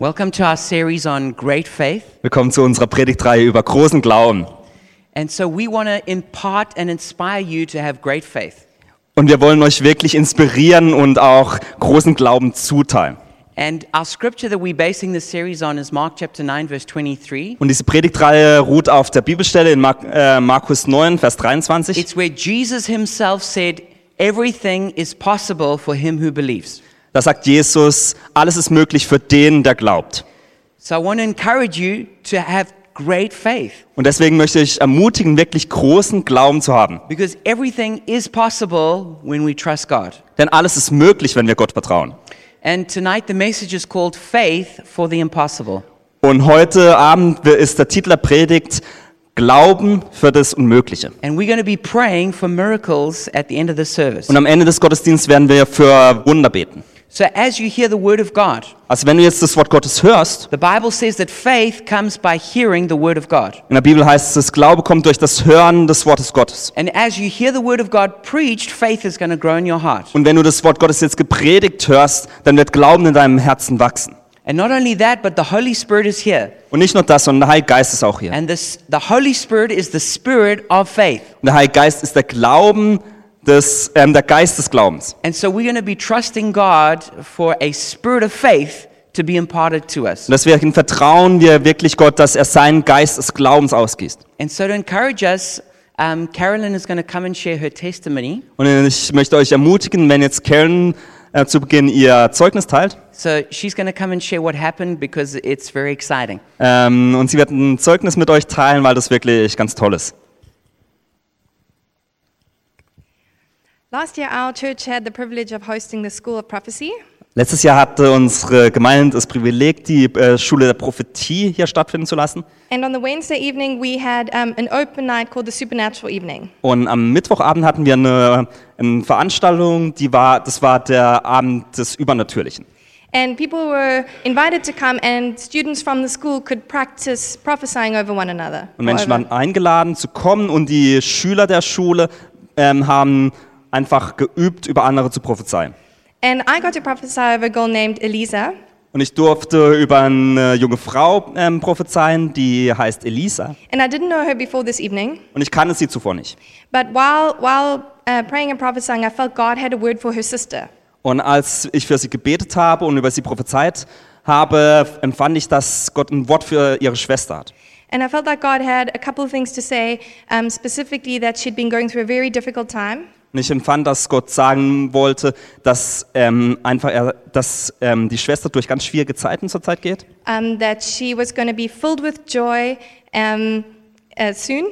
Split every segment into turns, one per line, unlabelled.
Welcome to our series on great faith.
Willkommen zu unserer Predigtreihe über großen Glauben.
And so we want to impart and inspire you to have great faith.
Und wir wollen euch wirklich inspirieren und auch großen Glauben zuteilen.
And our scripture that we're basing this series on is Mark chapter 9, verse 23.
Und diese Predigtreihe ruht auf der Bibelstelle in Mark, äh, Markus 9, Vers 23.
It's where Jesus himself said, Everything is possible for him who believes.
Da sagt Jesus, alles ist möglich für den, der glaubt.
So I want to encourage you to have great faith
Und deswegen möchte ich ermutigen, wirklich großen Glauben zu haben.
because everything is possible when we trust God.
Denn alles ist möglich, wenn wir Gott vertrauen.
And tonight the message is called Faith for the Impossible.
Und heute Abend ist der Titel der Predigt Glauben für das Unmögliche.
And we're going to be praying for miracles at the end of the service.
Und am Ende des Gottesdienstes werden wir für Wunder beten.
So as you hear the word of God,
Also wenn du jetzt das Wort Gottes hörst,
the Bible says that faith comes by hearing the word of God.
in der Bibel heißt es, das Glaube kommt durch das Hören des Wortes Gottes.
And as you hear the word of God preached, faith is going to grow in your heart.
Und wenn du das Wort Gottes jetzt gepredigt hörst, dann wird Glauben in deinem Herzen wachsen.
And not only that, but the Holy Spirit is here.
Und nicht nur das, sondern der Heilige Geist ist auch hier. Und
And this, the Holy Spirit is the spirit of faith.
der Heilige Geist ist der Glauben des, ähm, der Geist des Glaubens.
And so we're going to be trusting God for a spirit of faith to be imparted to us.
Und deswegen vertrauen wir wirklich Gott, dass er seinen Geist des Glaubens ausgießt.
And so to encourage us, um, Carolyn is going to come and share her testimony.
Und ich möchte euch ermutigen, wenn jetzt Karen äh, zu Beginn ihr Zeugnis teilt,
So she's going to come and share what happened because it's very exciting.
ähm, und sie wird ein Zeugnis mit euch teilen, weil das wirklich ganz toll ist.
Last year, our church had the privilege of hosting the School of Prophecy,
Letztes Jahr hatte unsere Gemeinde das Privileg, die äh, Schule der Prophetie hier stattfinden zu lassen.
and on the Wednesday evening, we had um, an open night called the Supernatural Evening.
Und am Mittwochabend hatten wir eine, eine Veranstaltung, die war, das war der Abend des Übernatürlichen.
And people were invited to come, and students from the school could practice prophesying over one another.
Und Menschen
Or over-
waren eingeladen zu kommen und die Schüler der Schule ähm, haben einfach geübt, über andere zu prophezeien.
And I got to prophesy over a girl named Elisa,
Und ich durfte über eine junge Frau ähm, prophezeien, die heißt Elisa.
and I didn't know her before this evening.
Und ich kannte sie zuvor nicht.
But while, while uh, praying and prophesying, I felt God had a word for her sister.
Und als ich für sie gebetet habe und über sie prophezeit habe, empfand ich, dass Gott ein Wort für ihre Schwester hat.
And I felt like God had a couple of things to say, um, specifically that she'd been going through a very difficult time.
Und ich empfand, dass Gott sagen wollte, dass ähm, einfach er, dass ähm, die Schwester durch ganz schwierige Zeiten zurzeit geht
um, that she was going to be filled with joy um, uh, soon,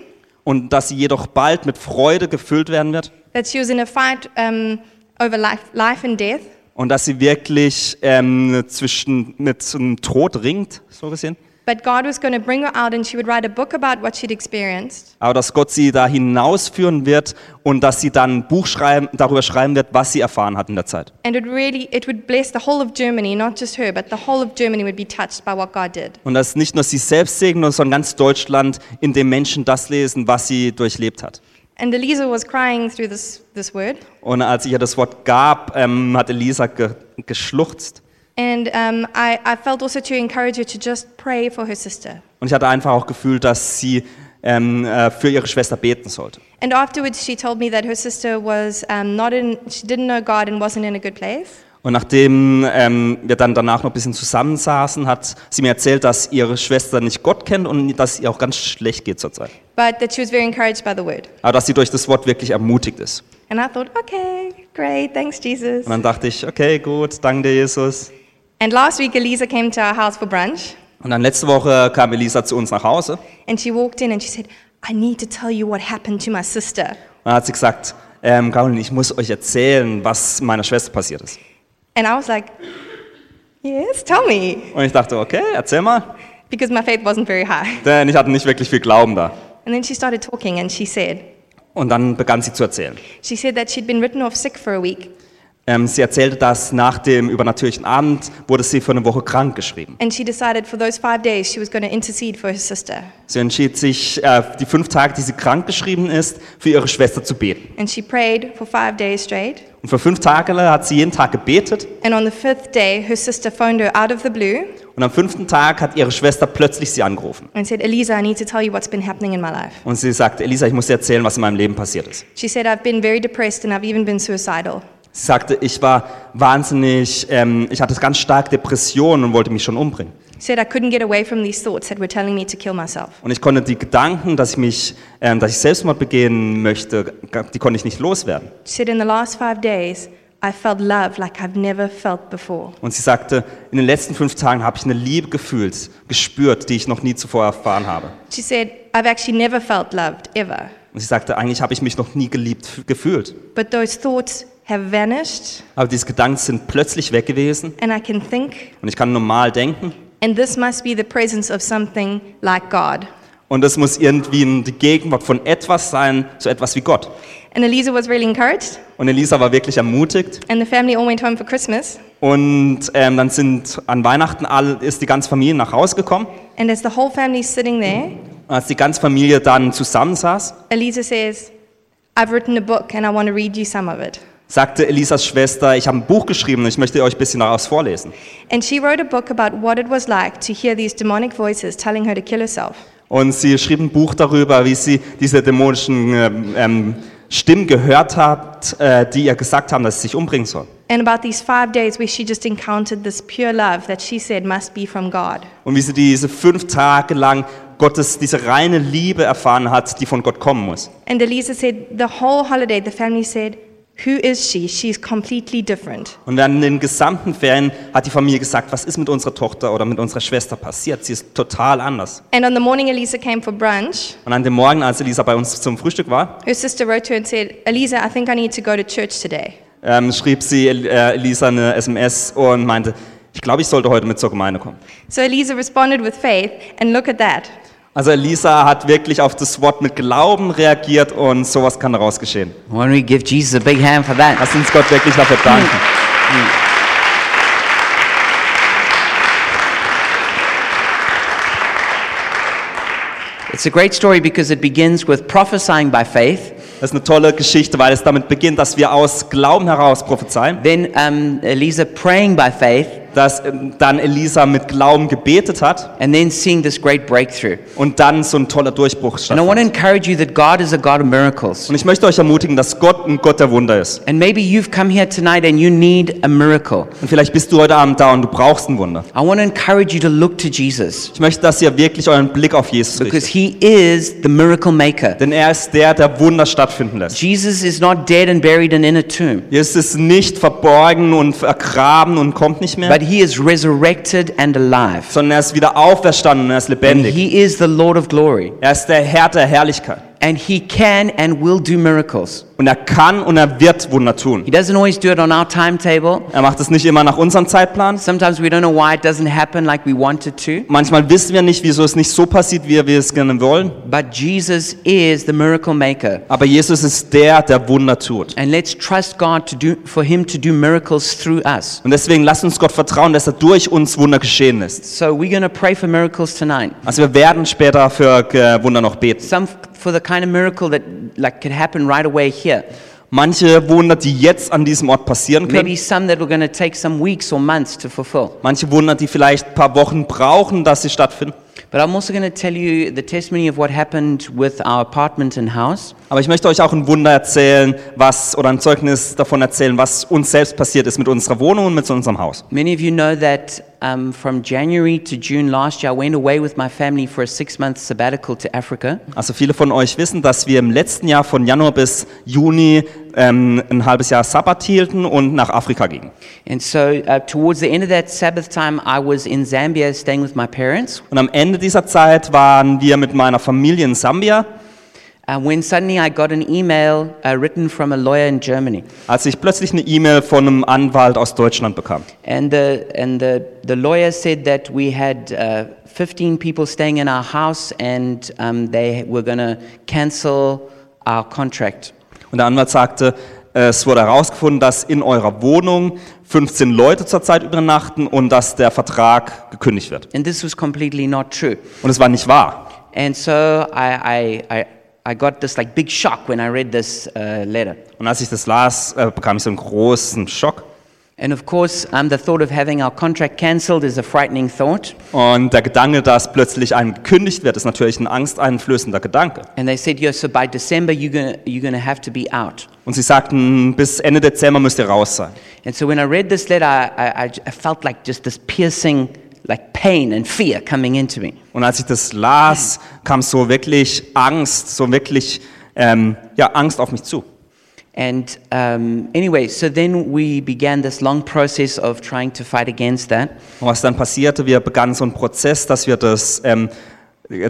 und dass sie jedoch bald mit Freude gefüllt werden wird
that she was in a fight um, over life, life and death,
und dass sie wirklich ähm, zwischen mit einem Tod ringt, so gesehen.
but God was going to bring her out and she would write a book about what she'd experienced.
Aber dass Gott sie da hinausführen wird und dass sie dann ein Buch schreiben, darüber schreiben wird, was sie erfahren hat in der Zeit.
And it really, it would bless the whole of Germany, not just her, but the whole of Germany would be touched by what God did.
Und dass nicht nur sie selbst segnet, sondern ganz Deutschland, in dem Menschen das lesen, was sie durchlebt hat.
And Elisa was crying through this, this word.
Und als ich ihr das Wort gab, ähm, hat Elisa ge geschluchzt.
And um, I, I felt also to encourage her to just pray for her sister.
Und ich hatte einfach auch gefühlt, dass sie ähm, äh, für ihre Schwester beten sollte.
And afterwards, she told me that her sister was um, not in, she didn't know God and wasn't in a good place.
Und nachdem ähm, wir dann danach noch ein bisschen zusammensaßen, hat sie mir erzählt, dass ihre Schwester nicht Gott kennt und dass es ihr auch ganz schlecht geht zurzeit.
but that she was very encouraged by the word.
Aber dass sie durch das Wort wirklich ermutigt ist.
And I thought, okay, great, thanks, Jesus.
Und dann dachte ich, okay, gut, danke dir, Jesus.
And last week, Elisa came to our house for brunch,
Und dann letzte Woche kam Elisa zu uns nach Hause
and she walked in and she said, I need to tell you what happened to my sister.
und dann hat sie gesagt, ähm, Caroline, ich muss euch erzählen, was meiner Schwester passiert ist.
And I was like, yes, tell me,
Und ich dachte, okay, erzähl mal.
because my faith wasn't very high.
Denn ich hatte nicht wirklich viel Glauben da.
And then she started talking, and she said,
Und dann begann sie zu erzählen.
she said that she'd been written off sick for a week,
Ähm, sie erzählte, dass nach dem übernatürlichen Abend wurde sie für eine Woche krank geschrieben.
And she decided for those five days she was going to intercede for her sister.
Sie entschied sich, äh, die fünf Tage, die sie krank geschrieben ist, für ihre Schwester zu beten.
And she prayed for five days straight.
Und für fünf Tage hat sie jeden Tag gebetet.
And on the fifth day, her sister phoned her out of the blue
Und am fünften Tag hat ihre Schwester plötzlich sie angerufen.
and said, Elisa, I need to tell you what's been happening in my life.
Und sie sagte, Elisa, ich muss dir erzählen, was in meinem Leben passiert ist.
She said, I've been very depressed and I've even been suicidal.
Sie sagte, ich war wahnsinnig, ähm, ich hatte ganz stark Depressionen und wollte mich schon umbringen.
Said I couldn't get away from these thoughts that were telling me to kill myself.
Und ich konnte die Gedanken, dass ich mich, ähm, dass ich Selbstmord begehen möchte, die konnte ich nicht loswerden.
She said, In the last five days, I felt love like I've never felt before.
Und sie sagte, in den letzten fünf Tagen habe ich eine Liebe gefühlt, gespürt, die ich noch nie zuvor erfahren habe.
She said, I've actually never felt loved, ever.
Und sie sagte, eigentlich habe ich mich noch nie geliebt f- gefühlt.
But those thoughts have vanished
Aber diese Gedanken sind plötzlich weg gewesen
and I can think.
und ich kann normal denken.
And this must be the presence of something like God.
Und das muss irgendwie in die Gegenwart von etwas sein, so etwas wie Gott.
And Elisa was really encouraged.
Und Elisa war wirklich ermutigt.
And the family all went home for Christmas.
Und ähm, dann sind an Weihnachten alle, ist die ganze Familie nach Hause gekommen.
And as the whole family's sitting there,
Als die ganze Familie dann zusammensaß,
Elisa says, I've written a book and I want to read you some of it.
sagte Elisas Schwester, ich habe ein Buch geschrieben und ich möchte euch ein bisschen daraus vorlesen.
And she wrote a book about what it was like to hear these demonic voices telling her to kill herself.
Und sie schrieb ein Buch darüber, wie sie diese dämonischen ähm, ähm, Stimmen gehört hat, äh, die ihr gesagt haben, dass sie sich umbringen soll.
And about these five days where she just encountered this pure love that she said must be from God.
Und wie sie diese fünf Tage lang Gottes, diese reine Liebe erfahren hat, die von Gott kommen muss.
And Elisa said, the whole holiday, the family said, Who is she? She's completely different.
Und während den gesamten Ferien hat die Familie gesagt, was ist mit unserer Tochter oder mit unserer Schwester passiert? Sie ist total anders.
And on the morning Elisa came for brunch,
Und an dem Morgen, als Elisa bei uns zum Frühstück war,
her sister wrote to her and said, Elisa, I think I need to go to church today.
ähm, schrieb sie El- äh, Elisa eine SMS und meinte, ich glaube, ich sollte heute mit zur Gemeinde kommen.
So Elisa responded with faith, and look at that.
Also Elisa hat wirklich auf das Wort mit Glauben reagiert und sowas kann daraus geschehen.
Why don't we give Jesus a big hand for that?
Lass uns Gott wirklich dafür danken.
It's a great story because it begins with prophesying by faith.
Das ist eine tolle Geschichte, weil es damit beginnt, dass wir aus Glauben heraus prophezeien,
Then um, Elisa praying by faith,
dass ähm, dann Elisa mit Glauben gebetet hat
and then seeing this great breakthrough.
und dann so ein toller Durchbruch
And I want
stattfindet.
to encourage you that God is a God of miracles.
Und ich möchte euch ermutigen, dass Gott ein Gott der Wunder ist.
And maybe you've come here tonight and you need a miracle.
Und vielleicht bist du heute Abend da und du brauchst ein Wunder.
I want to encourage you to look to Jesus
Ich möchte, dass ihr wirklich euren Blick auf Jesus
because
richtet.
he is the miracle maker.
Denn er ist der, der Wunder stattfinden lässt.
Jesus is not dead and buried and in a tomb,
Jesus ist nicht verborgen und vergraben und kommt nicht mehr,
but he is resurrected and alive.
sondern er ist wieder auferstanden und er ist
And
lebendig.
he is the Lord of glory.
Er ist der Herr der Herrlichkeit.
And he can and will do miracles.
Und er kann und er wird Wunder tun.
He doesn't always do it on our timetable.
Er macht es nicht immer nach unserem Zeitplan.
Sometimes we don't know why it doesn't happen like we want it to,
Manchmal wissen wir nicht, wieso es nicht so passiert, wie wir es gerne wollen.
but Jesus is the miracle maker.
Aber Jesus ist der, der Wunder tut.
And let's trust God to do, for him to do miracles through us.
Und deswegen lasst uns Gott vertrauen, dass er durch uns Wunder geschehen ist.
So we're going to pray for miracles tonight.
Also wir werden später für äh, Wunder noch beten.
Some f- for the kind of miracle that like could happen right away here.
Manche Wunder, die jetzt an diesem Ort passieren
Maybe
können.
some that are going to take some weeks or months to fulfill.
Manche Wunder, die vielleicht ein paar Wochen brauchen, dass sie stattfinden.
But I'm also going to tell you the testimony of what happened with our apartment and house.
Aber ich möchte euch auch ein Wunder erzählen, was oder ein Zeugnis davon erzählen, was uns selbst passiert ist mit unserer Wohnung und mit unserem Haus.
Many of you know that um, from January to June last year, I went away with my family for a six month sabbatical to Africa.
Also viele von euch wissen, dass wir im letzten Jahr von Januar bis Juni ähm, ein halbes Jahr Sabbat hielten und nach Afrika gingen.
And so, uh, towards the end of that Sabbath time, I was in Zambia staying with my parents.
Und am Ende dieser Zeit waren wir mit meiner Familie in Sambia.
Uh, when suddenly I got an email uh, written from a lawyer in Germany.
als ich plötzlich eine E-Mail von einem Anwalt aus Deutschland bekam.
And the, and the, the lawyer said that we had uh, 15 people staying in our house and um, they were going to cancel our contract.
Und der Anwalt sagte, es wurde herausgefunden, dass in eurer Wohnung 15 Leute zurzeit übernachten und dass der Vertrag gekündigt wird.
And this was completely not true.
Und es war nicht wahr.
And so I, I, I, I got this like big shock when I read this uh, letter.
Und als ich das las, äh, bekam ich so einen großen Schock.
And of course, um, the thought of having our contract cancelled is a frightening thought.
Und der Gedanke, dass plötzlich einem gekündigt wird, ist natürlich ein angsteinflößender Gedanke.
And they said, yeah, so by December, you're going to you're gonna have to be out.
Und sie sagten, bis Ende Dezember müsst ihr raus sein.
And so when I read this letter, I, I, I j- I felt like just this piercing like pain and fear coming into me.
Und als ich das las, kam so wirklich Angst, so wirklich ähm, ja, Angst auf mich zu.
And um, anyway, so then we began this long process of trying to fight against that.
Und was dann passierte, wir begannen so einen Prozess, dass wir das ähm,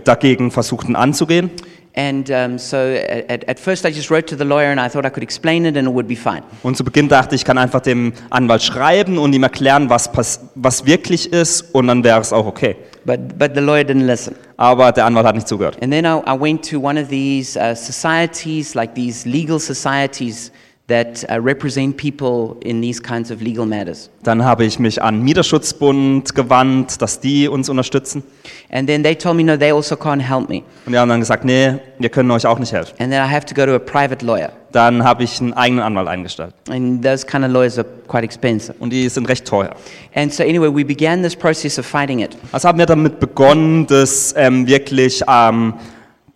dagegen versuchten anzugehen.
And um, so a- at, at first, I just wrote to the lawyer and I thought I could explain it and it would be fine.
Und zu Beginn dachte ich, ich kann einfach dem Anwalt schreiben und ihm erklären, was, pass- was wirklich ist und dann wäre es auch okay.
But, but the lawyer didn't listen.
Aber der Anwalt hat nicht zugehört.
And then I, I went to one of these uh, societies, like these legal societies that uh, represent people in these kinds of legal matters.
Dann habe ich mich an den Mieterschutzbund gewandt, dass die uns unterstützen.
And then they told me, no, they also can't help me.
Und die haben dann gesagt, nee, wir können euch auch nicht helfen.
And then I have to go to a private lawyer.
Dann habe ich einen eigenen Anwalt eingestellt.
And those kind of lawyers are quite expensive.
Und die sind recht teuer.
And so, anyway, we began this process of fighting it.
Also haben wir damit begonnen, das ähm, wirklich ähm,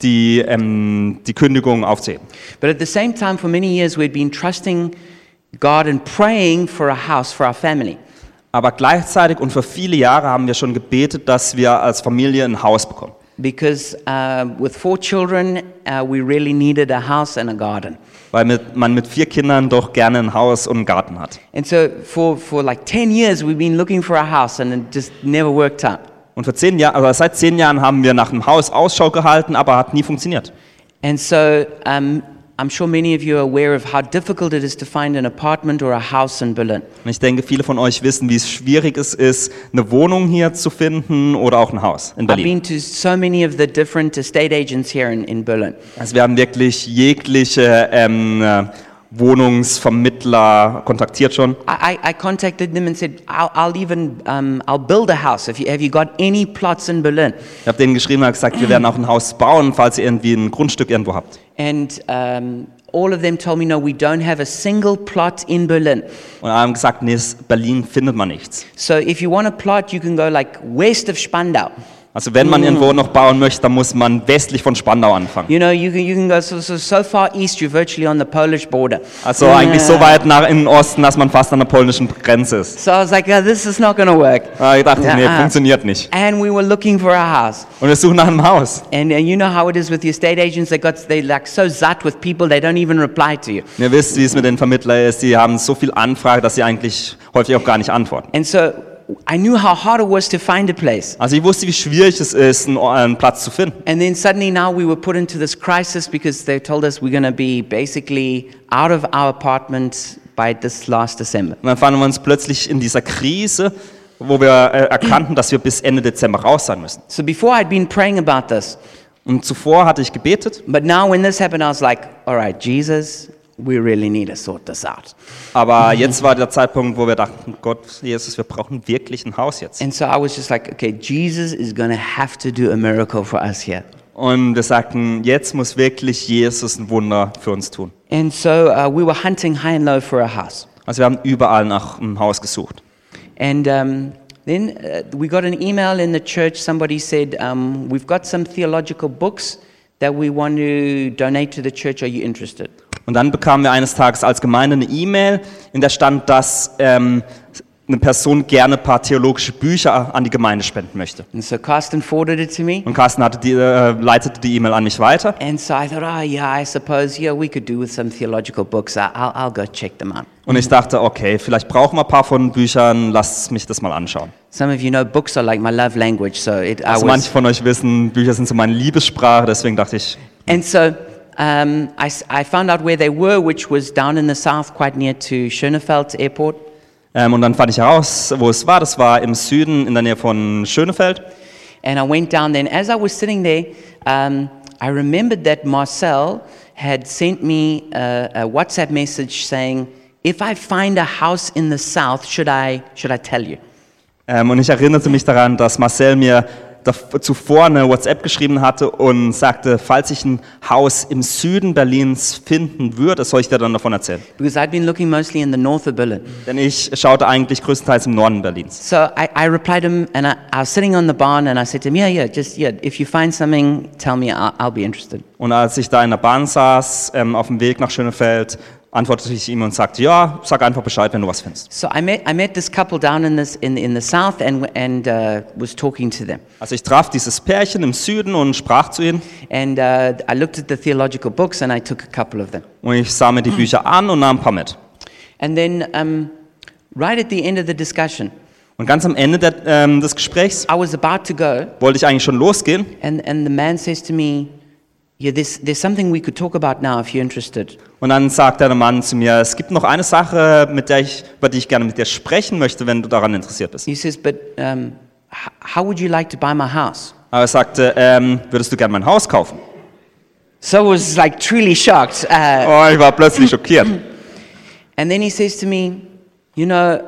die, ähm, die Kündigung aufzuheben.
But at the same time, for many years, we'd been trusting God and praying for a house for our family.
Aber gleichzeitig und für viele Jahre haben wir schon gebetet, dass wir als Familie ein Haus bekommen.
Because uh, with four children, uh, we really needed a house and a garden.
Weil mit, man mit vier Kindern doch gerne ein Haus und einen Garten hat.
And so, for, for like 10 years, we've been looking for a house and it just never worked out.
Und für zehn Jahre, also seit zehn Jahren haben wir nach einem Haus Ausschau gehalten, aber hat nie funktioniert.
And so, um, I'm sure many of you are aware of how difficult it is to find an apartment or a house in Berlin.
Und ich denke, viele von euch wissen, wie schwierig es ist, eine Wohnung hier zu finden oder auch ein Haus in
I've
Berlin.
been to so many of the different estate agents here in, in Berlin.
Also wir haben wirklich jegliche ähm, äh, Wohnungsvermittler kontaktiert schon.
I, I I contacted them and said, I'll, I'll even, um, I'll build a house. If you, have you got any plots in Berlin?
Ich habe denen geschrieben und gesagt, wir werden auch ein Haus bauen, falls ihr irgendwie ein Grundstück irgendwo habt.
And um, all of them told me, no, we don't have a single plot in Berlin.
Und haben gesagt, nee, s- Berlin findet man nichts.
So if you want a plot, you can go like west of Spandau.
Also wenn man irgendwo noch bauen möchte, dann muss man westlich von Spandau anfangen.
You know, you can, you can go so, so, so far east, you're virtually on the Polish border.
Also eigentlich so weit nach in den Osten, dass man fast an der polnischen Grenze ist.
So I was like, oh, this is not going to work.
Da dachte ich, nee,
Ja.
funktioniert nicht.
And we were looking for a house.
Und wir suchen nach einem Haus.
And, and you know how it is with the estate agents, they got they like so zat with people they don't even reply to you.
Ihr wisst, wie es mit den Vermittlern ist. Die haben so viel Anfrage, dass sie eigentlich häufig auch gar nicht antworten.
And so I knew how hard it was to find a place.
Also ich wusste, wie schwierig es ist, einen, Or- einen Platz zu finden.
And then suddenly now we were put into this crisis because they told us we're going to be basically out of our apartment by this last December.
Und dann fanden wir uns plötzlich in dieser Krise, wo wir äh, erkannten, dass wir bis Ende Dezember raus sein müssen.
So before I'd been praying about this,
Und zuvor hatte ich gebetet,
but now when this happened I was like, all right, Jesus, we really need to sort this out.
aber jetzt war der Zeitpunkt, wo wir dachten, Gott, Jesus, wir brauchen wirklich ein Haus jetzt.
And so I was just like, okay, Jesus is going to have to do a miracle for us here.
Und wir sagten, jetzt muss wirklich Jesus ein Wunder für uns tun.
And so uh, we were hunting high and low for a house.
Also wir haben überall nach einem Haus gesucht.
And um, then uh, we got an email in the church. Somebody said, um, We've got some theological books that we want to donate to the church. Are you interested?
Und dann bekamen wir eines Tages als Gemeinde eine E-Mail, in der stand, dass ähm, eine Person gerne ein paar theologische Bücher an die Gemeinde spenden möchte.
And so Carsten forwarded it to me.
Und Carsten hatte die, äh, leitete die E-Mail an mich weiter.
And so I thought, oh, yeah, I suppose, yeah, we could do with some theological books. I- I'll, I'll go check them out.
Und ich dachte, okay, vielleicht brauchen wir ein paar von den Büchern, lasst mich das mal anschauen.
Some of you know books are like my love language. So it, I
Also manche
was.
von euch wissen, Bücher sind so meine Liebessprache, deswegen dachte ich,
And so um, I, s- I found out where they were, which was down in the south, quite near to Schönefeld Airport.
ähm, und dann fand ich heraus, wo es war. Das war im Süden, in der Nähe von Schönefeld.
And I went down there, and as I was sitting there, um, I remembered that Marcel had sent me a, a WhatsApp message saying, if I find a house in the south, should I, should I tell you?
Ähm, und ich erinnerte mich daran, dass Marcel mir dav- zuvor eine WhatsApp geschrieben hatte und sagte, falls ich ein Haus im Süden Berlins finden würde, soll ich dir dann davon erzählen.
Because I'd been looking mostly in the north of Berlin.
Denn ich schaute eigentlich größtenteils im Norden Berlins.
So I, I replied to him, and I, I was sitting on the barn, and I said to him, Yeah, yeah, just, yeah, if you find something, tell me, I'll, I'll be interested.
Und als ich da in der Bahn saß, ähm, auf dem Weg nach Schönefeld, antwortete ich ihm und sagte, ja, sag einfach Bescheid, wenn du was findest.
So I met, I met this couple down in, this, in, in the south and, and uh, was talking to them.
Also ich traf dieses Pärchen im Süden und sprach zu ihnen
And uh, I looked at the theological books, and I took a couple of them.
und ich sah mir die Bücher an und nahm ein paar mit.
And then, um, right at the end of the discussion,
Und ganz am Ende der, ähm, des Gesprächs
I was about to go,
wollte ich eigentlich schon losgehen
and, and the man says to me, Yeah, there's, there's something we could talk about now if you're interested.
und dann sagte der Mann zu mir, es gibt noch eine Sache, mit der ich, über die ich gerne mit dir sprechen möchte, wenn du daran interessiert bist.
He says, But um, h- how would you like to buy my house?
Aber er sagte, ähm, würdest du gerne mein Haus kaufen?
So I was like truly shocked. Uh,
Oh, ich war plötzlich schockiert.
and then he says to me, You know,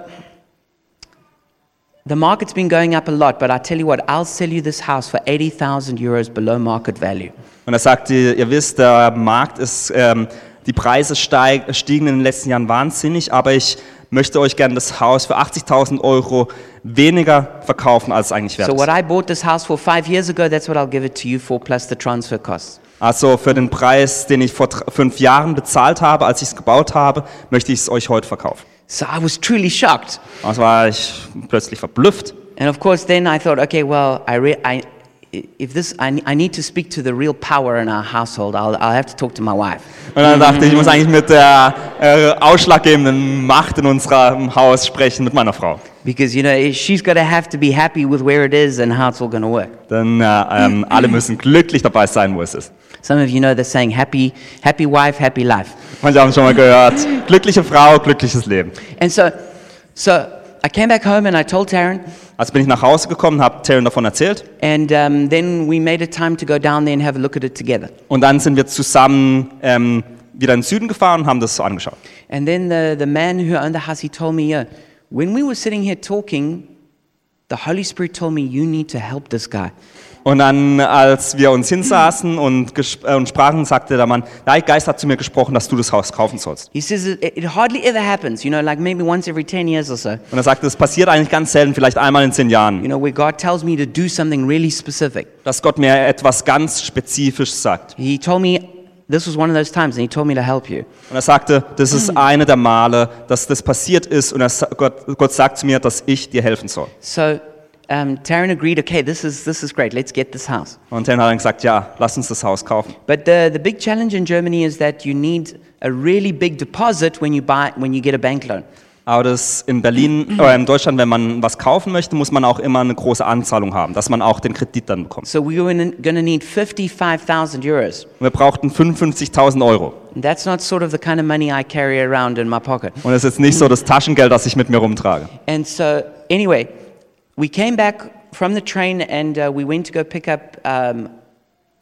the market's been going up a lot, but I tell you what, I'll sell you this house for 80,000 euros below market value.
Und er sagte, ihr wisst, der Markt ist, ähm, die Preise steig, stiegen in den letzten Jahren wahnsinnig, aber ich möchte euch gerne das Haus für 80.000 Euro weniger verkaufen, als es eigentlich wert
So, what
ist.
I bought this house for five years ago, that's what I'll give it to you for, plus the transfer costs.
Also für den Preis, den ich vor dr- fünf Jahren bezahlt habe, als ich es gebaut habe, möchte ich es euch heute verkaufen.
So, I was truly shocked.
Also war ich plötzlich verblüfft.
And of course, then I thought, okay, well, I, re- I, if this, I, I need to speak to the real power in our household. I'll, I'll have to talk to my wife.
Und dann dachte ich, ich muss eigentlich mit der äh, ausschlaggebenden Macht in unserem Haus sprechen, mit meiner Frau.
Because, you know, she's going to have to be happy with where it is and how it's all going to work.
Denn äh, ähm, alle müssen glücklich dabei sein, wo es ist.
Some of you know the saying, happy, happy wife, happy life.
Manche haben schon mal gehört. Glückliche Frau, glückliches Leben.
And so, so I came back home and I told Taryn,
Also bin ich nach Hause gekommen, habe Taryn davon erzählt
and um, then we made a time to go down there and have a look at it together.
und dann sind wir zusammen ähm, wieder in den Süden gefahren und haben das angeschaut.
And then the, the man who owned the house, he told me, yeah, when we were sitting here talking, the Holy Spirit told me, you need to help this guy.
Und dann, als wir uns hinsaßen und, ges- äh, und sprachen, sagte der Mann, der Geist hat zu mir gesprochen, dass du das Haus kaufen sollst.
He says it, it hardly ever happens, you know, like maybe once every 10 years or so,
Und er sagte, es passiert eigentlich ganz selten, vielleicht einmal in zehn
you
Jahren,
know, where God tells me to do something really specific.
dass Gott mir etwas ganz spezifisch sagt.
He told me, this was one of those times, and he told me to help you.
Und er sagte, das ist eine der Male, dass das passiert ist und er, sa- Gott, Gott sagt zu mir, dass ich dir helfen soll.
So um, Taryn agreed, okay, this is, this is great, let's get this house.
Und Taryn hat dann gesagt, ja, lass uns das Haus kaufen.
But the, the big challenge in Germany is that you need a really big deposit when you, buy, when you get a bank loan.
Aber das in Berlin oder in Deutschland, wenn man was kaufen möchte, muss man auch immer eine große Anzahlung haben, dass man auch den Kredit dann bekommt.
So we were going to need 55,000 euros.
Und wir brauchten 55.000 Euro.
And that's not sort of the kind of money I carry around in my pocket.
Und es ist jetzt nicht so das Taschengeld, das ich mit mir rumtrage.
And so, anyway, we came back from the train and uh, we went to go pick up um,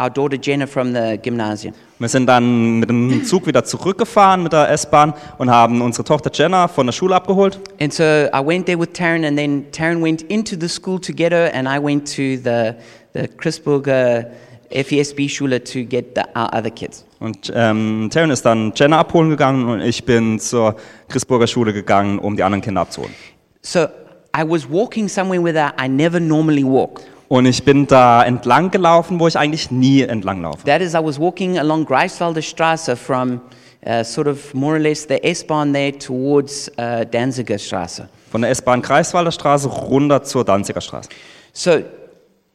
our daughter Jenna from the gymnasium.
Wir sind dann mit dem Zug wieder zurückgefahren mit der S-Bahn und haben unsere Tochter Jenna von der Schule abgeholt.
And so I went there with Taryn, and then Taryn went into the school to get her, and I went to the, the Chrisburger E FESB Schule to get the, our other kids.
Und ähm, Taryn ist dann Jenna abholen gegangen und ich bin zur Chrisburger Schule gegangen, um die anderen Kinder abzuholen.
So I was walking somewhere where I I never normally walk.
Und ich bin da entlang gelaufen, wo ich eigentlich nie entlang laufe.
That is, I was walking along Greifswalder Straße from uh, sort of more or less the S-Bahn there towards uh, Danziger Straße.
Von der S-Bahn Kreiswalder Straße runter zur Danziger Straße.
So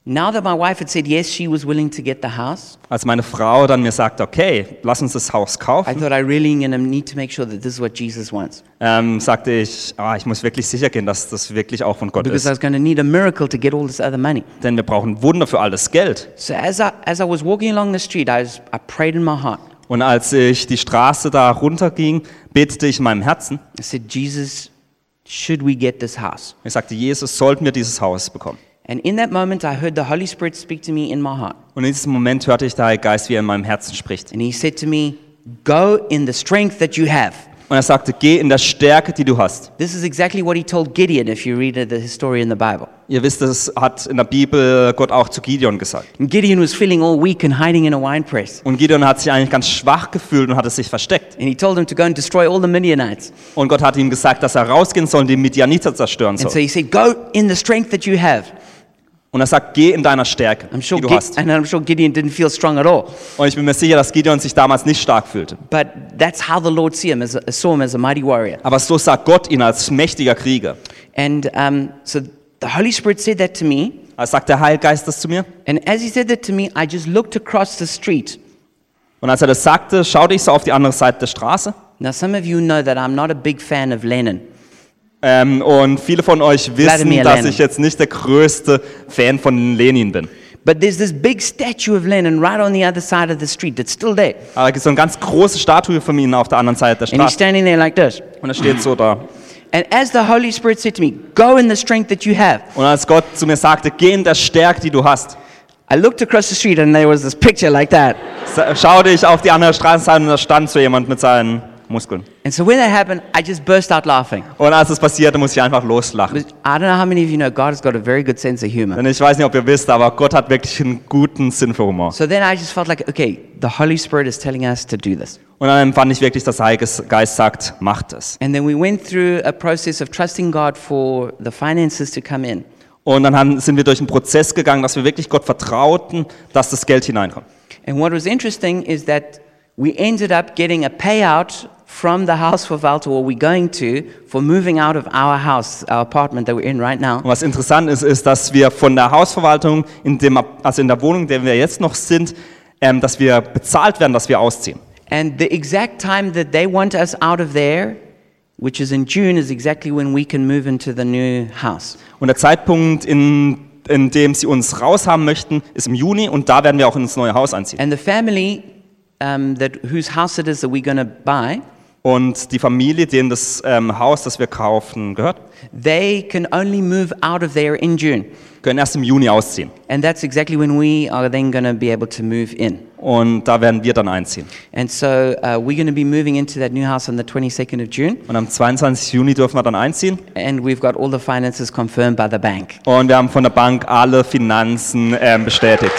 now that my wife had said yes, she was willing to get the house,
Als meine Frau dann mir sagte, okay, lass uns das Haus
I
kaufen,
thought I really gonna need to make sure that this is what Jesus wants
ähm, sagte ich, ah, ich muss wirklich sicher gehen, dass das wirklich auch von Gott
because I
ist.
was going to need a miracle to get all this other money.
Denn wir brauchen Wunder für all das Geld.
So as I, as I was walking along the street, I, was, I prayed in my heart.
Und als ich die Straße da runterging, betete ich in meinem Herzen.
I said, Jesus, should we get this house?
Ich sagte, Jesus, sollten wir dieses Haus bekommen?
And in that moment, I heard the Holy Spirit speak to me in my heart.
Und in diesem Moment hörte ich der Heilige Geist, wie er in meinem Herzen spricht.
And he said to me, Go in the strength that you have.
Und er sagte, geh in der Stärke, die du hast.
This is exactly what he told Gideon, if you read the story in the Bible.
Ihr wisst, das hat in der Bibel Gott auch zu Gideon gesagt.
And Gideon was feeling all weak and hiding in a wine press.
Und Gideon hat sich eigentlich ganz schwach gefühlt und hat es sich versteckt.
And he told him to go and destroy all the Midianites.
Und Gott hat ihm gesagt, dass er rausgehen soll und die Midianiter zerstören
And so
soll.
he said, Go in the strength that you have.
Und er sagt, geh in deiner Stärke,
I'm sure
die du
Gi-
hast.
and I'm sure Gideon didn't feel strong at all.
Und ich bin mir sicher, dass Gideon sich damals nicht stark fühlte.
But that's how the Lord see him as a, saw him as a mighty warrior.
Aber so sah Gott ihn als mächtiger Krieger.
And um, so the Holy Spirit said that to me.
Also sagt der Heilgeist das zu mir.
And as he said that to me, I just looked across the street.
Und als er das sagte, schaute ich so auf die andere Seite der Straße.
Now, some of you know that I'm not a big fan of Lenin.
Ähm, und viele von euch wissen,
Wladimir
dass
Lenin.
ich jetzt nicht der größte Fan von Lenin bin.
But there's this big statue of Lenin right on the other side of the street that's still there.
Aber es gibt so eine ganz große Statue von ihm auf der anderen Seite der
And he's
Straße.
standing there like this.
Und er steht so da.
And as the Holy Spirit said to me, Go in the strength that you have,
Und als Gott zu mir sagte, geh in der Stärke, die du hast,
I looked across the street and there was this picture like that.
sa- schaute ich auf die andere Straßenseite und da stand so jemand mit seinen Muskeln.
And so when that happened, I just burst out laughing.
Und als es passierte, musste ich einfach loslachen.
But I don't know how many of you know, God has got a very good sense of humor.
Denn ich weiß nicht, ob ihr wisst, aber Gott hat wirklich einen guten Sinn für Humor.
So then I just felt like, okay, the Holy Spirit is telling us to do this.
Und dann empfand ich wirklich, dass der Heilige Geist sagt, macht es.
And then we went through a process of trusting God for the finances to come in.
Und dann haben, sind wir durch einen Prozess gegangen, dass wir wirklich Gott vertrauten, dass das Geld hineinkommt.
And what was interesting is that we ended up getting a payout from the house for Valta, or we're going to, for moving out of our house, our apartment that we're in right now.
Und was interessant ist, ist, dass wir von der Hausverwaltung, in dem, also in der Wohnung, in der wir jetzt noch sind, ähm, dass wir bezahlt werden, dass wir ausziehen.
And the exact time that they want us out of there, which is in June, is exactly when we can move into the new house.
Und der Zeitpunkt, in, in dem sie uns raus haben möchten, ist im Juni und da werden wir auch ins neue Haus einziehen.
And the family um, that, whose house it is that we're going to buy,
Und die Familie, denen das ähm, Haus, das wir kaufen, gehört,
they can only move out of there in June.
können erst im Juni ausziehen.
And that's exactly when we are then going to be able to move in.
Und da werden wir dann einziehen.
And so uh, we're going to be moving into that new house on the 22nd of June,
Und am 22. Juni dürfen wir dann einziehen.
and we've got all the finances confirmed by the bank.
Und wir haben von der Bank alle Finanzen ähm, bestätigt.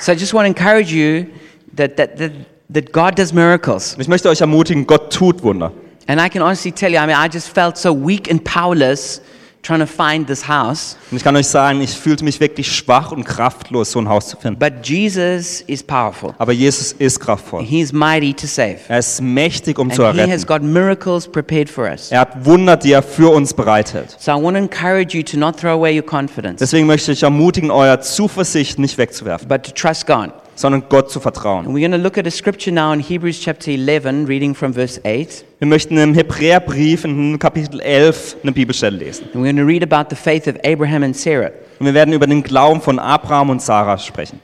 So I just want to encourage you that, that, that, that God does miracles.
Und ich möchte euch ermutigen, Gott tut Wunder.
And I can honestly tell you, I mean, I just felt so weak and powerless trying to find this house,
Und ich kann euch sagen, ich fühlte mich wirklich schwach und kraftlos, so ein Haus zu finden.
but Jesus is powerful.
Aber Jesus ist kraftvoll.
He's mighty to save.
Er ist mächtig, um zu
And He has
erretten.
got miracles prepared for us.
Er hat Wunder, die er für uns bereithält.
So I want to encourage you to not throw away your confidence,
Deswegen möchte ich ermutigen, euer Zuversicht nicht wegzuwerfen,
but to trust God.
sondern Gott zu vertrauen.
And we're going to look at a scripture now in Hebrews chapter 11, reading from verse 8.
Wir möchten im Hebräerbrief in Kapitel 11 eine Bibelstelle lesen.
And we're going to read about the faith of Abraham and Sarah.
Und wir werden über den Glauben von Abraham und Sarah sprechen.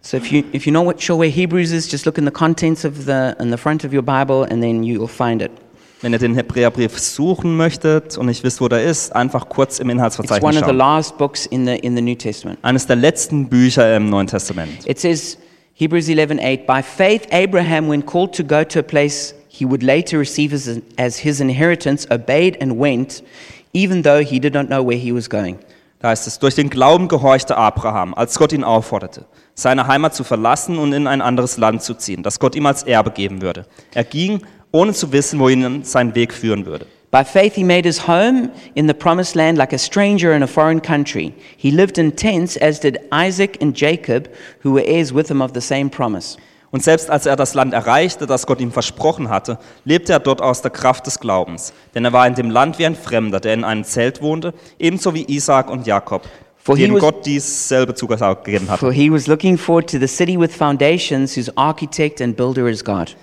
So if you if you're not what- sure where Hebrews is, just look in the contents of the in the front of your Bible, and then you'll find it.
Wenn ihr den Hebräerbrief suchen möchtet und nicht wisst, wo der ist, einfach kurz
It's
im
one
Inhaltsverzeichnis
of the
schauen.
last books in the in the New Testament.
Eines der letzten Bücher im Neuen Testament.
It says Hebrews 11:8. By faith, Abraham, when called to go to a place he would later receive as, as his inheritance, obeyed and went, even though he did not know where he was going.
Da heißt es, durch den Glauben gehorchte Abraham, als Gott ihn aufforderte, seine Heimat zu verlassen und in ein anderes Land zu ziehen, das Gott ihm als Erbe geben würde. Er ging, ohne zu wissen, wo ihn sein Weg führen würde.
By faith, he made his home in the promised land like a stranger in a foreign country. He lived in tents, as did Isaac and Jacob, who were heirs with him of the same promise.
Und selbst als er das Land erreichte, das Gott ihm versprochen hatte, lebte er dort aus der Kraft des Glaubens. Denn er war in dem Land wie ein Fremder, der in einem Zelt wohnte, ebenso wie Isaak und Jakob,
For he
denen
was-
Gott dieselbe Zugesagt gegeben hatte.
For he was looking forward to the city with foundations, whose architect and builder is God.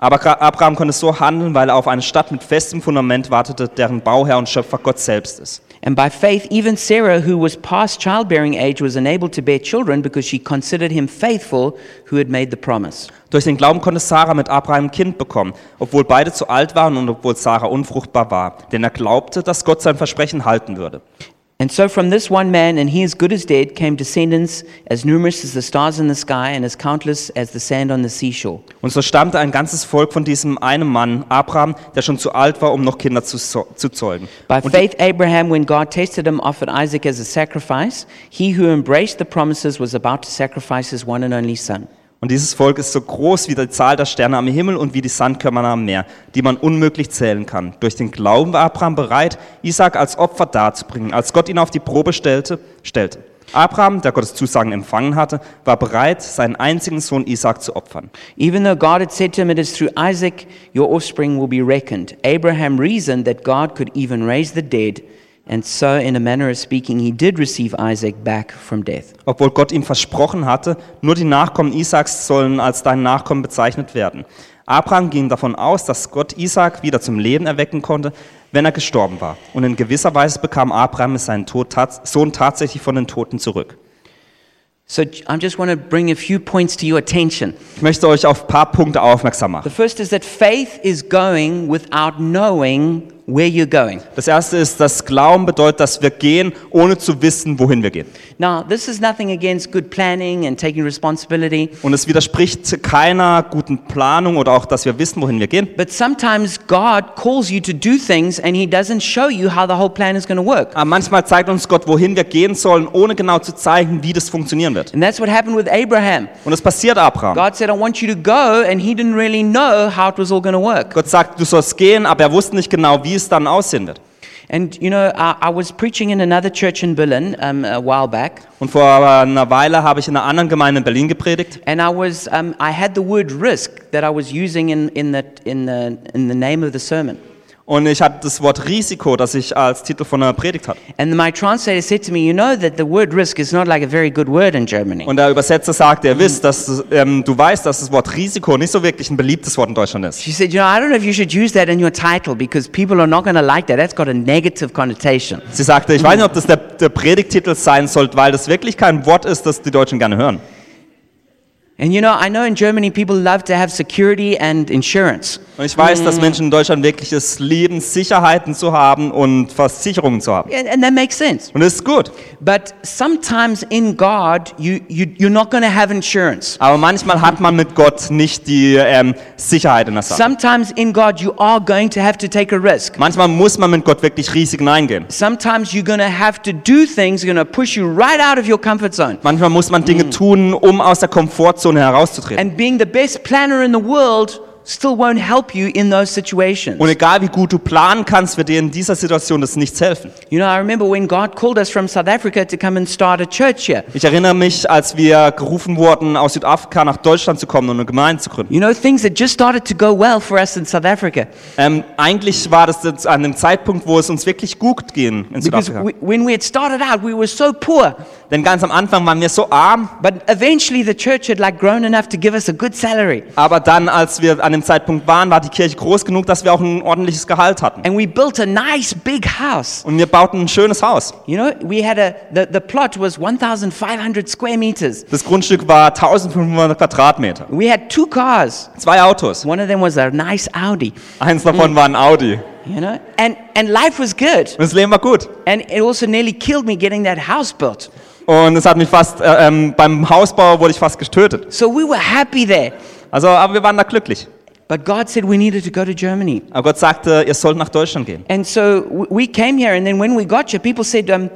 Aber Gra- Abraham konnte so handeln, weil er auf eine Stadt mit festem Fundament wartete, deren Bauherr und Schöpfer Gott selbst ist.
And by faith, even Sarah, who was past childbearing age, was enabled to bear children because she considered him faithful who had made the promise.
Durch den Glauben konnte Sarah mit Abraham ein Kind bekommen, obwohl beide zu alt waren und obwohl Sarah unfruchtbar war. Denn er glaubte, dass Gott sein Versprechen halten würde.
And so from this one man, and he as good as dead, came descendants as numerous as the stars in the sky and as countless as the sand on the seashore.
Und so stammte ein ganzes Volk von diesem einen Mann, Abraham, der schon zu alt war, um noch Kinder zu, zo- zu zeugen.
By
Und
faith, Abraham, when God tested him, offered Isaac as a sacrifice. He who embraced the promises was about to sacrifice his one and only son.
Und dieses Volk ist so groß wie die Zahl der Sterne am Himmel und wie die Sandkörner am Meer, die man unmöglich zählen kann. Durch den Glauben war Abraham bereit, Isaak als Opfer darzubringen, als Gott ihn auf die Probe stellte. stellte. Abraham, der Gottes Zusagen empfangen hatte, war bereit, seinen einzigen Sohn Isaak zu opfern.
Even though God had said to him, It is through Isaac your offspring will be reckoned, Abraham reasoned that God could even raise the dead, and so, in a manner of speaking, he did receive Isaac back from death.
Obwohl Gott ihm versprochen hatte, nur die Nachkommen Isaaks sollen als dein Nachkommen bezeichnet werden. Abraham ging davon aus, dass Gott Isaak wieder zum Leben erwecken konnte, wenn er gestorben war. Und in gewisser Weise bekam Abraham seinen Tod tats Sohn tatsächlich von den Toten zurück.
So, I just want to bring a few points to your attention.
Ich möchte euch auf ein paar Punkte aufmerksam
The
machen.
first is that faith is going without knowing where you're going.
Das erste ist, dass Glauben bedeutet, dass wir gehen, ohne zu wissen, wohin wir gehen.
Now, this is nothing against good planning and taking responsibility,
Und es widerspricht keiner guten Planung oder auch, dass wir wissen, wohin wir gehen.
but sometimes God calls you to do things and He doesn't show you how the whole plan is going to work.
Aber manchmal zeigt uns Gott, wohin wir gehen sollen, ohne genau zu zeigen, wie das funktionieren wird.
And that's what happened with Abraham.
Und es passiert Abraham.
God said, I want you to go, and he didn't really know how it was all going to work.
Gott sagt, du sollst gehen, aber er wusste nicht genau, wie es dann aussehen wird.
And, you know, I, I was preaching in another church in Berlin um, a while back,
Und vor einer Weile habe ich in einer anderen Gemeinde in Berlin gepredigt.
and I, was, um, I had the word risk that I was using in, in, the, in, the, in the name of the sermon.
Und ich hatte das Wort Risiko, das ich als Titel von einer Predigt hatte.
And my translator said to me, You know that the word risk is not like a very good word in Germany.
Und der Übersetzer sagte, er wisst, dass du- ähm, du weißt, dass das Wort Risiko nicht so wirklich ein beliebtes Wort in Deutschland ist.
She said, You know, I don't know if you should use that in your title because people are not going to like that. That's got a negative connotation.
Sie sagte, ich weiß nicht, ob das der, der Predigtitel sein sollte, weil das wirklich kein Wort ist, das die Deutschen gerne hören.
And, you know, I know in Germany people love to have security and insurance.
Und ich weiß, dass Menschen in Deutschland wirklich es lieben, Sicherheiten zu haben und Versicherungen zu haben.
And, and that makes sense.
Und das ist gut.
But sometimes in God, you, you, you're not going to have insurance.
Aber manchmal hat man mit Gott nicht die ähm, Sicherheit in der Sache.
Sometimes in God, you are going to have to take a risk.
Manchmal muss man mit Gott wirklich Risiken eingehen.
Sometimes you're going to have to do things that are going to push you right out of your comfort zone.
Manchmal muss man Dinge tun, um aus der Komfortzone herauszutreten.
Mm. And being the best planner in the world still won't help you in those situations.
Und egal wie gut du planen kannst, wird dir in dieser Situation das nichts helfen.
You know, I remember when God called us from South Africa to come and start a church here.
Ich erinnere mich, als wir gerufen wurden, aus Südafrika nach Deutschland zu kommen und eine Gemeinde zu gründen.
You know, things that just started to go well for us in South Africa.
Ähm, eigentlich war das jetzt an dem Zeitpunkt, wo es uns wirklich gut ging in
Because
Südafrika.
we, when we had started out, we were so poor.
Denn ganz am Anfang waren wir so arm,
But eventually the church had like grown enough to give us a good salary.
aber dann, als wir an dem Zeitpunkt waren, war die Kirche groß genug, dass wir auch ein ordentliches Gehalt hatten.
And we built a nice big house.
Und wir bauten ein schönes Haus.
You know, we had a, the, the plot was 1,500 square meters.
Das Grundstück war 1500 Quadratmeter.
We had two cars.
Zwei Autos.
One of them was a nice Audi,
Eins davon war ein Audi. Und
you know, and, and life was good.
das Leben war gut.
And it also nearly killed me getting that house built.
Und es hat mich fast, äh, ähm, beim Hausbau wurde ich fast getötet.
So we were happy there.
Also, aber wir waren da glücklich.
But God said we needed to go to Germany.
Aber Gott sagte, ihr sollt nach Deutschland gehen.
And so w- we came here, and then when we got here, people said, um,